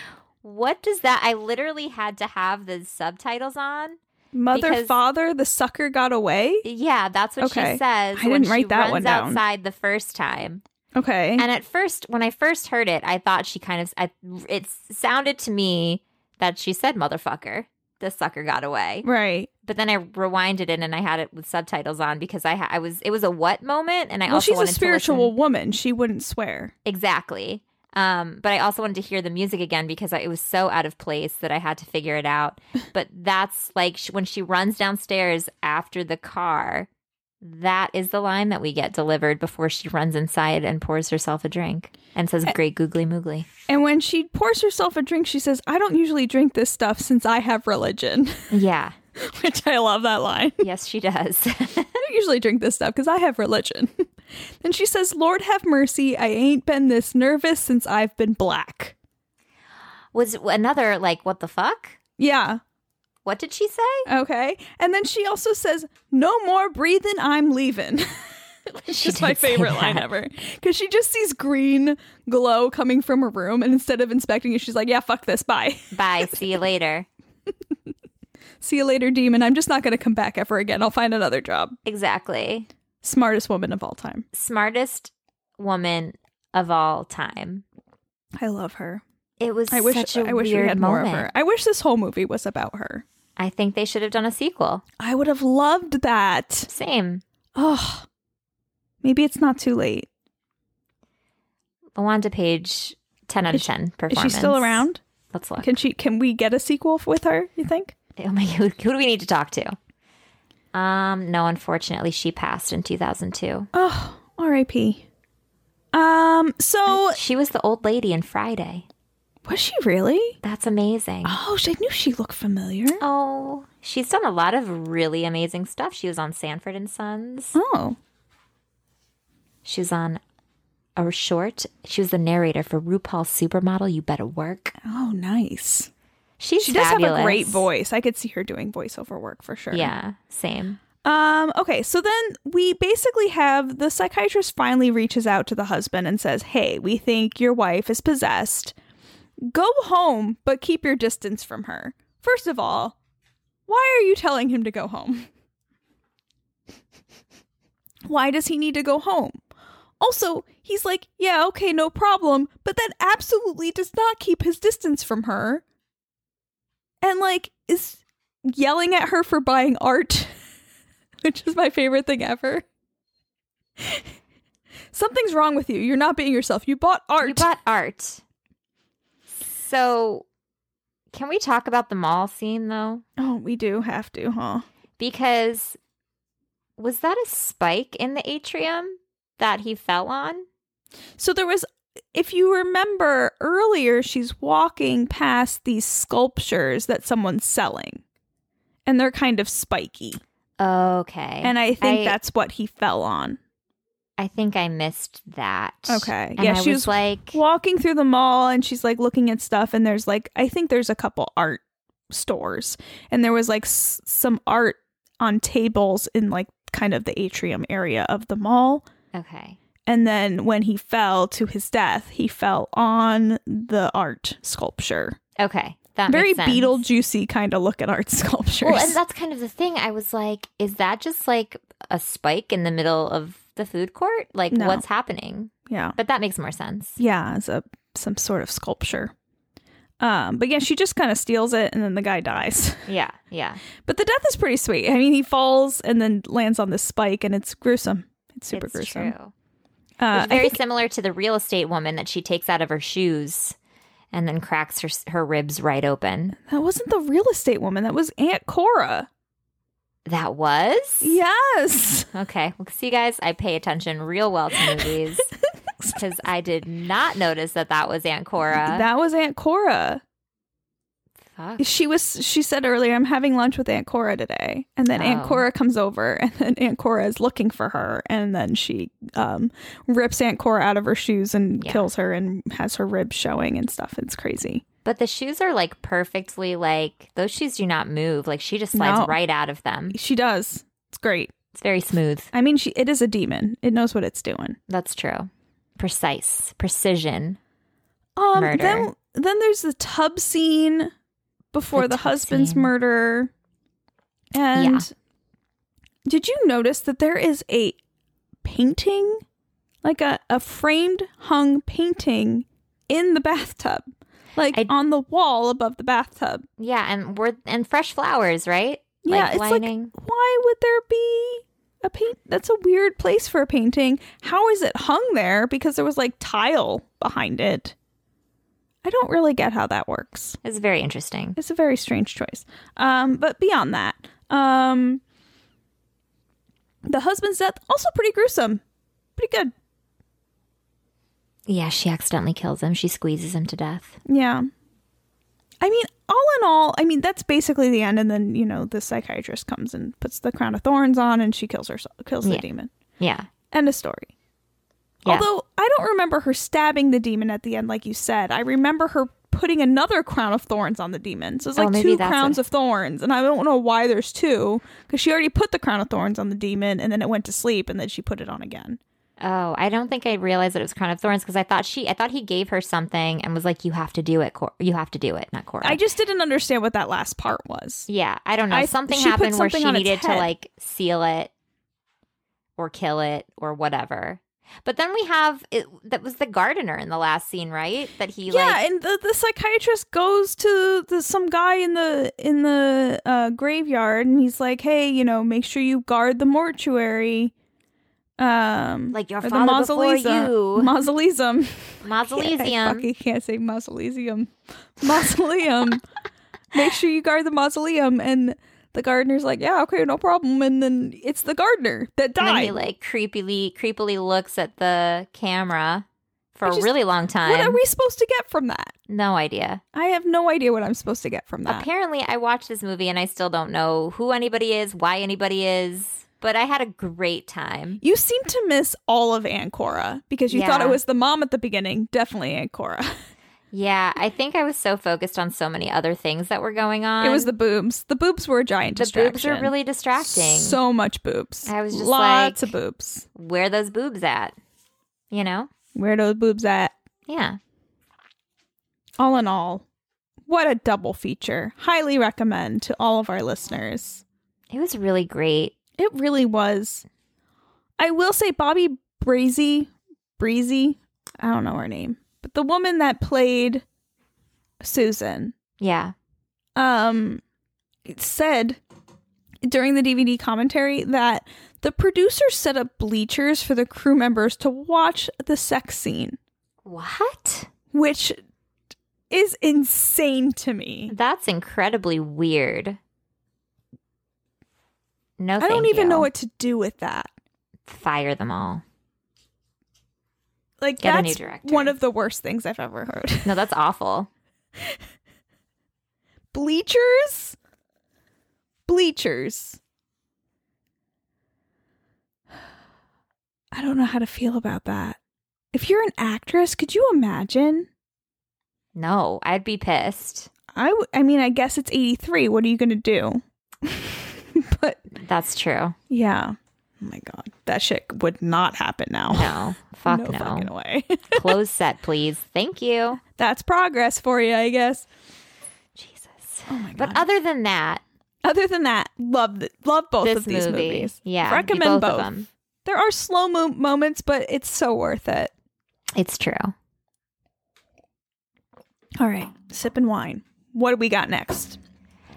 Speaker 4: "What does that?" I literally had to have the subtitles on.
Speaker 3: Mother,
Speaker 4: Because-
Speaker 3: father, the sucker got away.
Speaker 4: Yeah, that's what
Speaker 3: Okay.
Speaker 4: she says
Speaker 3: I
Speaker 4: when
Speaker 3: didn't
Speaker 4: she
Speaker 3: write that
Speaker 4: runs
Speaker 3: one down.
Speaker 4: outside the first time.
Speaker 3: Okay.
Speaker 4: And at first, when I first heard it, I thought she kind of, I, it sounded to me that she said motherfucker. The sucker got away.
Speaker 3: right.
Speaker 4: But then I rewinded it and I had it with subtitles on because I, ha- I was, it was a what moment. And I
Speaker 3: Well,
Speaker 4: also
Speaker 3: she's a
Speaker 4: wanted to
Speaker 3: spiritual
Speaker 4: listen-
Speaker 3: woman. She wouldn't swear.
Speaker 4: Exactly. Um, but I also wanted to hear the music again because I, it was so out of place that I had to figure it out. But that's like sh- when she runs downstairs after the car. That is the line that we get delivered before she runs inside and pours herself a drink and says, "Great googly moogly."
Speaker 3: And when she pours herself a drink, she says, I don't usually drink this stuff since I have religion,
Speaker 4: Yeah.
Speaker 3: which I love that line.
Speaker 4: Yes, she does.
Speaker 3: I don't usually drink this stuff because I have religion. then she says, Lord have mercy, I ain't been this nervous since I've been black.
Speaker 4: was another like, "What the fuck?
Speaker 3: Yeah.
Speaker 4: What did she say?"
Speaker 3: Okay. And then she also says, No more breathing, I'm leaving. Which
Speaker 4: She
Speaker 3: is my
Speaker 4: did say
Speaker 3: favorite line
Speaker 4: that.
Speaker 3: ever. Because she just sees green glow coming from her room. And instead of inspecting it, she's like, Yeah, fuck this. Bye.
Speaker 4: Bye. See you later.
Speaker 3: See you later, demon. I'm just not going to come back ever again. I'll find another job.
Speaker 4: Exactly.
Speaker 3: Smartest woman of all time.
Speaker 4: Smartest woman of all time.
Speaker 3: I love her.
Speaker 4: It was
Speaker 3: I wish
Speaker 4: such a
Speaker 3: I wish we
Speaker 4: weird
Speaker 3: had more
Speaker 4: moment.
Speaker 3: of her. I wish this whole movie was about her.
Speaker 4: I think they should have done a sequel.
Speaker 3: I would have loved that.
Speaker 4: Same.
Speaker 3: Oh, maybe it's not too late.
Speaker 4: Wanda Page, 10 out of
Speaker 3: Is she-
Speaker 4: 10
Speaker 3: Is
Speaker 4: performance.
Speaker 3: she still around?
Speaker 4: Let's look.
Speaker 3: Can she? Can we get a sequel f- with her? You think?
Speaker 4: Oh my, who, who do we need to talk to? Um, no, unfortunately, she passed in 2002.
Speaker 3: Oh, R.I.P. Um. So
Speaker 4: She was the old lady in Friday.
Speaker 3: was she really?
Speaker 4: That's amazing.
Speaker 3: Oh, she- I knew she looked familiar.
Speaker 4: Oh, she's done a lot of really amazing stuff. She was on Sanford and Sons.
Speaker 3: Oh,
Speaker 4: She was on a short. She was the narrator for RuPaul's Supermodel. You better work.
Speaker 3: oh, nice.
Speaker 4: She's
Speaker 3: She does have a
Speaker 4: fabulous.
Speaker 3: great voice. I could see her doing voiceover work for sure.
Speaker 4: Yeah, same.
Speaker 3: Um, okay, so then we basically have the psychiatrist finally reaches out to the husband and says, Hey, we think your wife is possessed. Go home, but keep your distance from her. First of all, why are you telling him to go home? Why does he need to go home? Also, he's like, Yeah, okay, no problem, but that absolutely does not keep his distance from her. And like, is yelling at her for buying art which is my favorite thing ever. Something's wrong with you. You're not being yourself. You bought art.
Speaker 4: You bought art. So, can we talk about the mall scene though?
Speaker 3: oh, we do have to, huh?
Speaker 4: Because was that a spike in the atrium that he fell on?
Speaker 3: So there was, if you remember earlier, she's walking past these sculptures that someone's selling, and they're kind of spiky.
Speaker 4: Okay.
Speaker 3: And I think
Speaker 4: I-
Speaker 3: that's what he fell on.
Speaker 4: I think I missed that.
Speaker 3: Okay.
Speaker 4: And
Speaker 3: Yeah,
Speaker 4: I
Speaker 3: she
Speaker 4: was,
Speaker 3: was
Speaker 4: like,
Speaker 3: Walking through the mall, and she's like looking at stuff, and there's like, I think there's a couple art stores, and there was like s- some art on tables in like kind of the atrium area of the mall.
Speaker 4: okay.
Speaker 3: And then when he fell to his death, he fell on the art sculpture.
Speaker 4: Okay. That
Speaker 3: Very
Speaker 4: makes sense.
Speaker 3: Beetlejuicy kind of look at art sculptures.
Speaker 4: Well, and that's kind of the thing. I was like, is that just like a spike in the middle of the food court? Like,
Speaker 3: No.
Speaker 4: what's happening?
Speaker 3: yeah.
Speaker 4: But that makes more sense.
Speaker 3: Yeah, as a some sort of sculpture. Um, but yeah, she just kind of steals it and then the guy dies.
Speaker 4: Yeah. Yeah.
Speaker 3: But the death is pretty sweet. I mean, he falls and then lands on this spike and it's gruesome. It's super
Speaker 4: it's
Speaker 3: gruesome.
Speaker 4: True.
Speaker 3: Uh,
Speaker 4: It's
Speaker 3: I
Speaker 4: very
Speaker 3: think-
Speaker 4: similar to the real estate woman that she takes out of her shoes and then cracks her her ribs right open.
Speaker 3: that wasn't the real estate woman. That was Aunt Cora.
Speaker 4: That was
Speaker 3: Yes.
Speaker 4: okay. Well, see, guys, I pay attention real well to movies because I did not notice that that was Aunt Cora.
Speaker 3: that was Aunt Cora.
Speaker 4: Fuck.
Speaker 3: she was she said earlier i'm having lunch with aunt cora today and then aunt
Speaker 4: Oh.
Speaker 3: cora comes over and then aunt cora is looking for her and then she um, rips aunt cora out of her shoes and
Speaker 4: Yeah.
Speaker 3: kills her and has her ribs showing and stuff it's crazy
Speaker 4: But the shoes are like perfectly like those shoes do not move. Like she just slides
Speaker 3: No.
Speaker 4: right out of them.
Speaker 3: she does it's great
Speaker 4: It's very smooth.
Speaker 3: i mean she it is a demon it knows what it's doing
Speaker 4: That's true. Precise, precision.
Speaker 3: um
Speaker 4: Murder.
Speaker 3: then then there's the tub scene before
Speaker 4: The
Speaker 3: the,
Speaker 4: tub
Speaker 3: husband's
Speaker 4: scene.
Speaker 3: murder and did you notice that there is a painting like a, a framed hung painting in the bathtub, like
Speaker 4: I-
Speaker 3: on the wall above the bathtub.
Speaker 4: Yeah, and we're and fresh flowers, right?
Speaker 3: Yeah,
Speaker 4: like
Speaker 3: it's
Speaker 4: lining.
Speaker 3: like why would there be a paint? That's a weird place for a painting. How is it hung there? Because there was like tile behind it. I don't really get how that works.
Speaker 4: It's very interesting.
Speaker 3: It's a very strange choice. Um, but beyond that, um, the husband's death also pretty gruesome, pretty good.
Speaker 4: Yeah, she accidentally kills him. She squeezes him to death.
Speaker 3: Yeah. I mean, all in all, I mean that's basically the end, and then you know the psychiatrist comes and puts the crown of thorns on, and she kills herself, kills the
Speaker 4: Yeah.
Speaker 3: demon.
Speaker 4: Yeah.
Speaker 3: End of story.
Speaker 4: Yeah.
Speaker 3: Although I don't remember her stabbing the demon at the end, like you said. I remember her putting another crown of thorns on the demon. So it's
Speaker 4: Oh,
Speaker 3: like
Speaker 4: maybe
Speaker 3: two
Speaker 4: that's
Speaker 3: crowns
Speaker 4: what-
Speaker 3: of thorns, and I don't know why there's two because she already put the crown of thorns on the demon, and then it went to sleep, and then she put it on again.
Speaker 4: Oh, I don't think I realized that it was Crown of Thorns because I thought she, I thought he gave her something and was like, "You have to do it, Cor- you have to do it, not Cora."
Speaker 3: I just didn't understand what that last part was.
Speaker 4: yeah, I don't know.
Speaker 3: I-
Speaker 4: something
Speaker 3: she put
Speaker 4: happened
Speaker 3: something
Speaker 4: where
Speaker 3: on
Speaker 4: she
Speaker 3: its
Speaker 4: needed to
Speaker 3: head.
Speaker 4: like seal it or kill it or whatever. But then we have it, that was the gardener in the last scene, right? That he
Speaker 3: yeah,
Speaker 4: like
Speaker 3: and the, the psychiatrist goes to the, some guy in the in the uh, graveyard, and he's like, "Hey, you know, make sure you guard the mortuary." Um,
Speaker 4: like your
Speaker 3: or
Speaker 4: father before you
Speaker 3: Mausoleum. I
Speaker 4: mausoleum.
Speaker 3: fucking can't say mausoleum. Mausoleum. Make sure you guard the mausoleum. And the gardener's like, yeah, okay, no problem. And then it's the gardener that
Speaker 4: And then he
Speaker 3: died.
Speaker 4: like creepily, creepily looks at the camera for
Speaker 3: I just-
Speaker 4: a really long time.
Speaker 3: what are we supposed to get from that?
Speaker 4: no idea.
Speaker 3: I have no idea what I'm supposed to get from that.
Speaker 4: Apparently, I watched this movie and I still don't know who anybody is, why anybody is, but I had a great time.
Speaker 3: you seem to miss all of Ancora because you thought
Speaker 4: Yeah.
Speaker 3: it was the mom at the beginning. Definitely Ancora.
Speaker 4: Yeah, I think I was so focused on so many other things that were going on.
Speaker 3: it was the boobs. The boobs were a giant
Speaker 4: Um, the
Speaker 3: distraction.
Speaker 4: boobs are really distracting.
Speaker 3: So much boobs.
Speaker 4: I was just like-
Speaker 3: Lots of boobs.
Speaker 4: Where are those boobs at? You know?
Speaker 3: Where are those boobs at?
Speaker 4: Yeah.
Speaker 3: all in all, what a double feature. Highly recommend to all of our listeners.
Speaker 4: It was really great.
Speaker 3: It really was. I will say Bobby Breezy, Breezy, I don't know her name, but the woman that played Susan
Speaker 4: Yeah.
Speaker 3: um it said during the DVD commentary that the producers set up bleachers for the crew members to watch the sex scene,
Speaker 4: What?
Speaker 3: which is insane to me.
Speaker 4: That's incredibly weird. No,
Speaker 3: I don't
Speaker 4: thank
Speaker 3: even
Speaker 4: you.
Speaker 3: know what to do with that.
Speaker 4: Fire them all.
Speaker 3: Like
Speaker 4: Get a new
Speaker 3: that's
Speaker 4: director.
Speaker 3: one of the worst things I've ever heard.
Speaker 4: No, that's awful.
Speaker 3: Bleachers? Bleachers. I don't know how to feel about that. If you're an actress, could you imagine?
Speaker 4: No, I'd be pissed.
Speaker 3: I w- I mean, I guess it's 83. What are you going to do? but
Speaker 4: That's true.
Speaker 3: yeah. Oh my god. That shit would not happen now.
Speaker 4: No, fuck
Speaker 3: Oh, no fucking way.
Speaker 4: Close set, please. Thank you.
Speaker 3: That's progress for you, I guess.
Speaker 4: Jesus.
Speaker 3: Oh my god.
Speaker 4: But other than that,
Speaker 3: other than that, love th- love both
Speaker 4: this
Speaker 3: of these
Speaker 4: movie,
Speaker 3: movies.
Speaker 4: yeah,
Speaker 3: recommend
Speaker 4: both, of
Speaker 3: both.
Speaker 4: them.
Speaker 3: There are slow mo- moments, but it's so worth it.
Speaker 4: It's true.
Speaker 3: All right, sipping wine. What do we got next?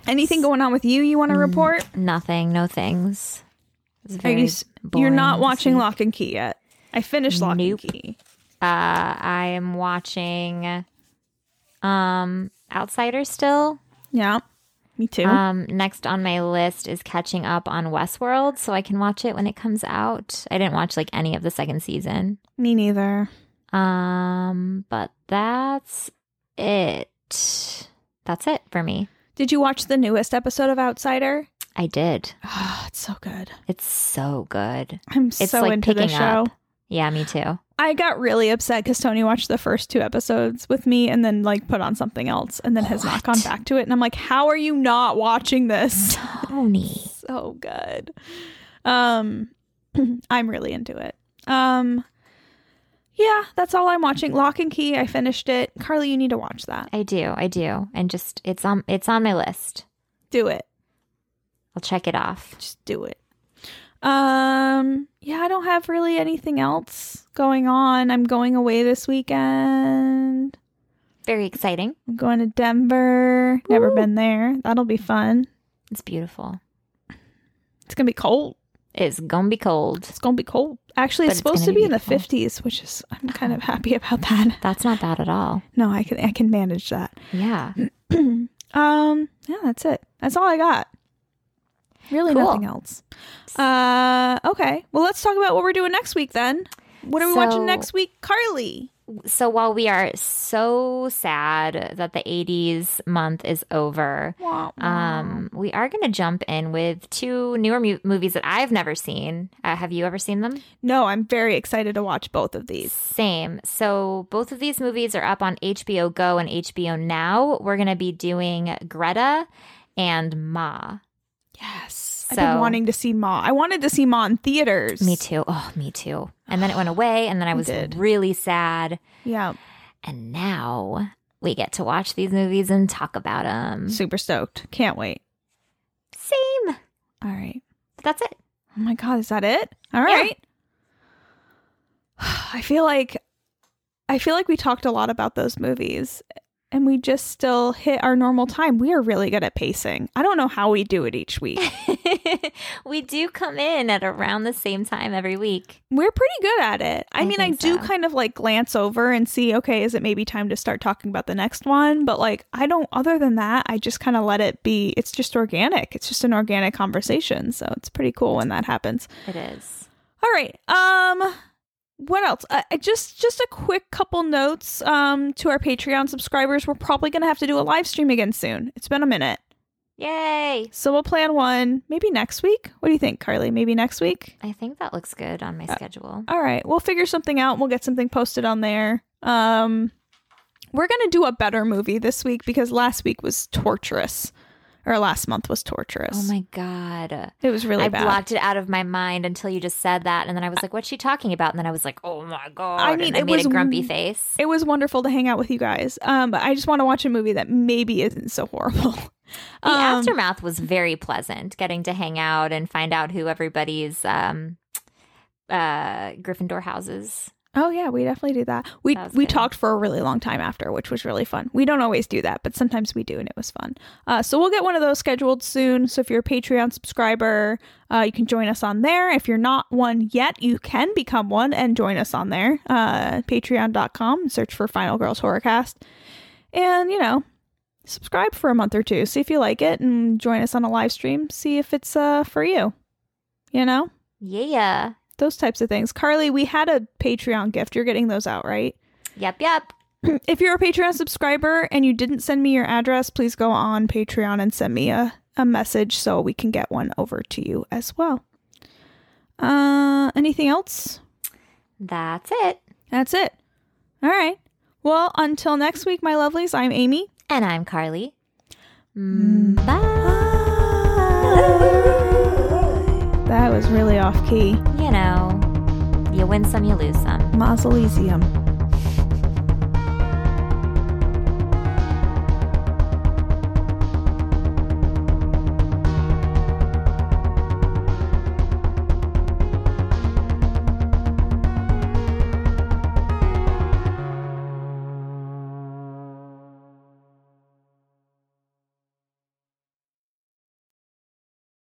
Speaker 3: Anything going on with you? You want to report?
Speaker 4: Mm, Nothing, no things. It's
Speaker 3: Are
Speaker 4: very
Speaker 3: you, s- you're not
Speaker 4: boring.
Speaker 3: watching Lock and Key yet. I finished Lock
Speaker 4: Nope.
Speaker 3: and Key.
Speaker 4: Uh, I am watching, um, Outsiders still.
Speaker 3: Yeah, me too.
Speaker 4: Um, next on my list is catching up on Westworld, so I can watch it when it comes out. I didn't watch like any of the second season.
Speaker 3: me neither.
Speaker 4: Um, but that's it. That's it for me.
Speaker 3: Did you watch the newest episode of Outsider?
Speaker 4: I did.
Speaker 3: Oh, it's so good.
Speaker 4: Ah, It's so good.
Speaker 3: I'm
Speaker 4: It's
Speaker 3: so
Speaker 4: like
Speaker 3: into the
Speaker 4: picking
Speaker 3: show.
Speaker 4: up. Yeah, me too.
Speaker 3: I got really upset because Tony watched the first two episodes with me and then like put on something else and then has not
Speaker 4: What?
Speaker 3: gone back to it. And I'm like, how are you not watching this?
Speaker 4: Tony.
Speaker 3: so good. Um, I'm really into it. Um, yeah, that's all I'm watching. Lock and Key. I finished it. Carly, you need to watch that.
Speaker 4: I do. I do. And just it's on it's on my list.
Speaker 3: Do it.
Speaker 4: I'll check it off.
Speaker 3: Just do it. Um, yeah, I don't have really anything else going on. I'm going away this weekend.
Speaker 4: Very exciting.
Speaker 3: I'm going to Denver. Never
Speaker 4: Woo.
Speaker 3: been there. That'll be fun.
Speaker 4: It's beautiful.
Speaker 3: It's gonna be cold.
Speaker 4: It's gonna be cold.
Speaker 3: It's gonna be cold. Actually,
Speaker 4: But
Speaker 3: it's
Speaker 4: it's
Speaker 3: supposed to
Speaker 4: gonna
Speaker 3: be
Speaker 4: be
Speaker 3: in the
Speaker 4: beautiful.
Speaker 3: 50s, which is I'm kind of happy about that.
Speaker 4: That's not bad at all.
Speaker 3: No, I can I can manage that.
Speaker 4: Yeah.
Speaker 3: Um, yeah, that's it. That's all I got. Really,
Speaker 4: Cool.
Speaker 3: nothing else. Uh, okay. Well, let's talk about what we're doing next week then. What are we
Speaker 4: So-
Speaker 3: watching next week, Carly?
Speaker 4: So while we are so sad that the 80s month is over,
Speaker 3: Wow.
Speaker 4: um, we are going to jump in with two newer mu- movies that I've never seen. Uh, have you ever seen them?
Speaker 3: no, I'm very excited to watch both of these.
Speaker 4: Same. So both of these movies are up on HBO Go and HBO Now. We're going to be doing Greta and Ma.
Speaker 3: Yes. I've
Speaker 4: So-
Speaker 3: been wanting to see Ma. I wanted to see Ma in theaters.
Speaker 4: Me too. Oh, me too. And then it went away, and then I was
Speaker 3: did.
Speaker 4: really sad.
Speaker 3: Yeah.
Speaker 4: And now we get to watch these movies and talk about them.
Speaker 3: Super stoked. Can't wait.
Speaker 4: Same.
Speaker 3: All right.
Speaker 4: That's it.
Speaker 3: Oh my God, is that it? All
Speaker 4: Yeah.
Speaker 3: right. I feel like I feel like we talked a lot about those movies and we just still hit our normal time. We are really good at pacing. I don't know how we do it each week.
Speaker 4: we do come in at around the same time every week.
Speaker 3: We're pretty good at it. I,
Speaker 4: I
Speaker 3: mean, I
Speaker 4: think
Speaker 3: do
Speaker 4: so.
Speaker 3: kind of like glance over and see, okay, is it maybe time to start talking about the next one? But like, I don't, other than that, I just kind of let it be. It's just organic. It's just an organic conversation. So it's pretty cool when that happens.
Speaker 4: It is.
Speaker 3: All right. Um what else? Uh, I just just a quick couple notes um to our Patreon subscribers. We're probably going to have to do a live stream again soon. It's been a minute.
Speaker 4: Yay.
Speaker 3: So we'll plan one maybe next week. What do you think, Carly? Maybe next week?
Speaker 4: I think that looks good on my
Speaker 3: Uh,
Speaker 4: schedule.
Speaker 3: All right. We'll figure something out. We'll get something posted on there. Um we're going to do a better movie this week because last week was torturous. Or last month was torturous.
Speaker 4: Oh my God.
Speaker 3: it was really
Speaker 4: I
Speaker 3: bad.
Speaker 4: blocked it out of my mind until you just said that. And then I was like, what's she talking about? And then I was like, oh my God.
Speaker 3: I mean,
Speaker 4: and I
Speaker 3: it
Speaker 4: made
Speaker 3: was
Speaker 4: a grumpy face.
Speaker 3: It was wonderful to hang out with you guys. Um, but I just want to watch a movie that maybe isn't so horrible.
Speaker 4: The
Speaker 3: Um,
Speaker 4: aftermath was very pleasant, getting to hang out and find out who everybody's um, uh, Gryffindor houses.
Speaker 3: oh yeah, we definitely did that. We
Speaker 4: That was
Speaker 3: we
Speaker 4: good.
Speaker 3: talked for a really long time after, which was really fun. We don't always do that, but sometimes we do, and it was fun. Uh, so we'll get one of those scheduled soon. So if you're a Patreon subscriber, uh, you can join us on there. If you're not one yet, you can become one and join us on there. Uh, Patreon.com. Search for Final Girls Horrorcast, and you know. Subscribe for a month or two. See if you like it and join us on a live stream. See if it's uh for you. You know?
Speaker 4: Yeah.
Speaker 3: those types of things. Carly, we had a Patreon gift. You're getting those out, right?
Speaker 4: Yep, yep.
Speaker 3: if you're a Patreon subscriber and you didn't send me your address, please go on Patreon and send me a, a message so we can get one over to you as well. Uh, anything else?
Speaker 4: That's it.
Speaker 3: That's it. All right. Well, until next week, my lovelies, I'm Amy.
Speaker 4: And I'm Carly. Mm, Bye.
Speaker 3: That was really off key.
Speaker 4: You know, you win some, you lose some.
Speaker 3: Mausoleum.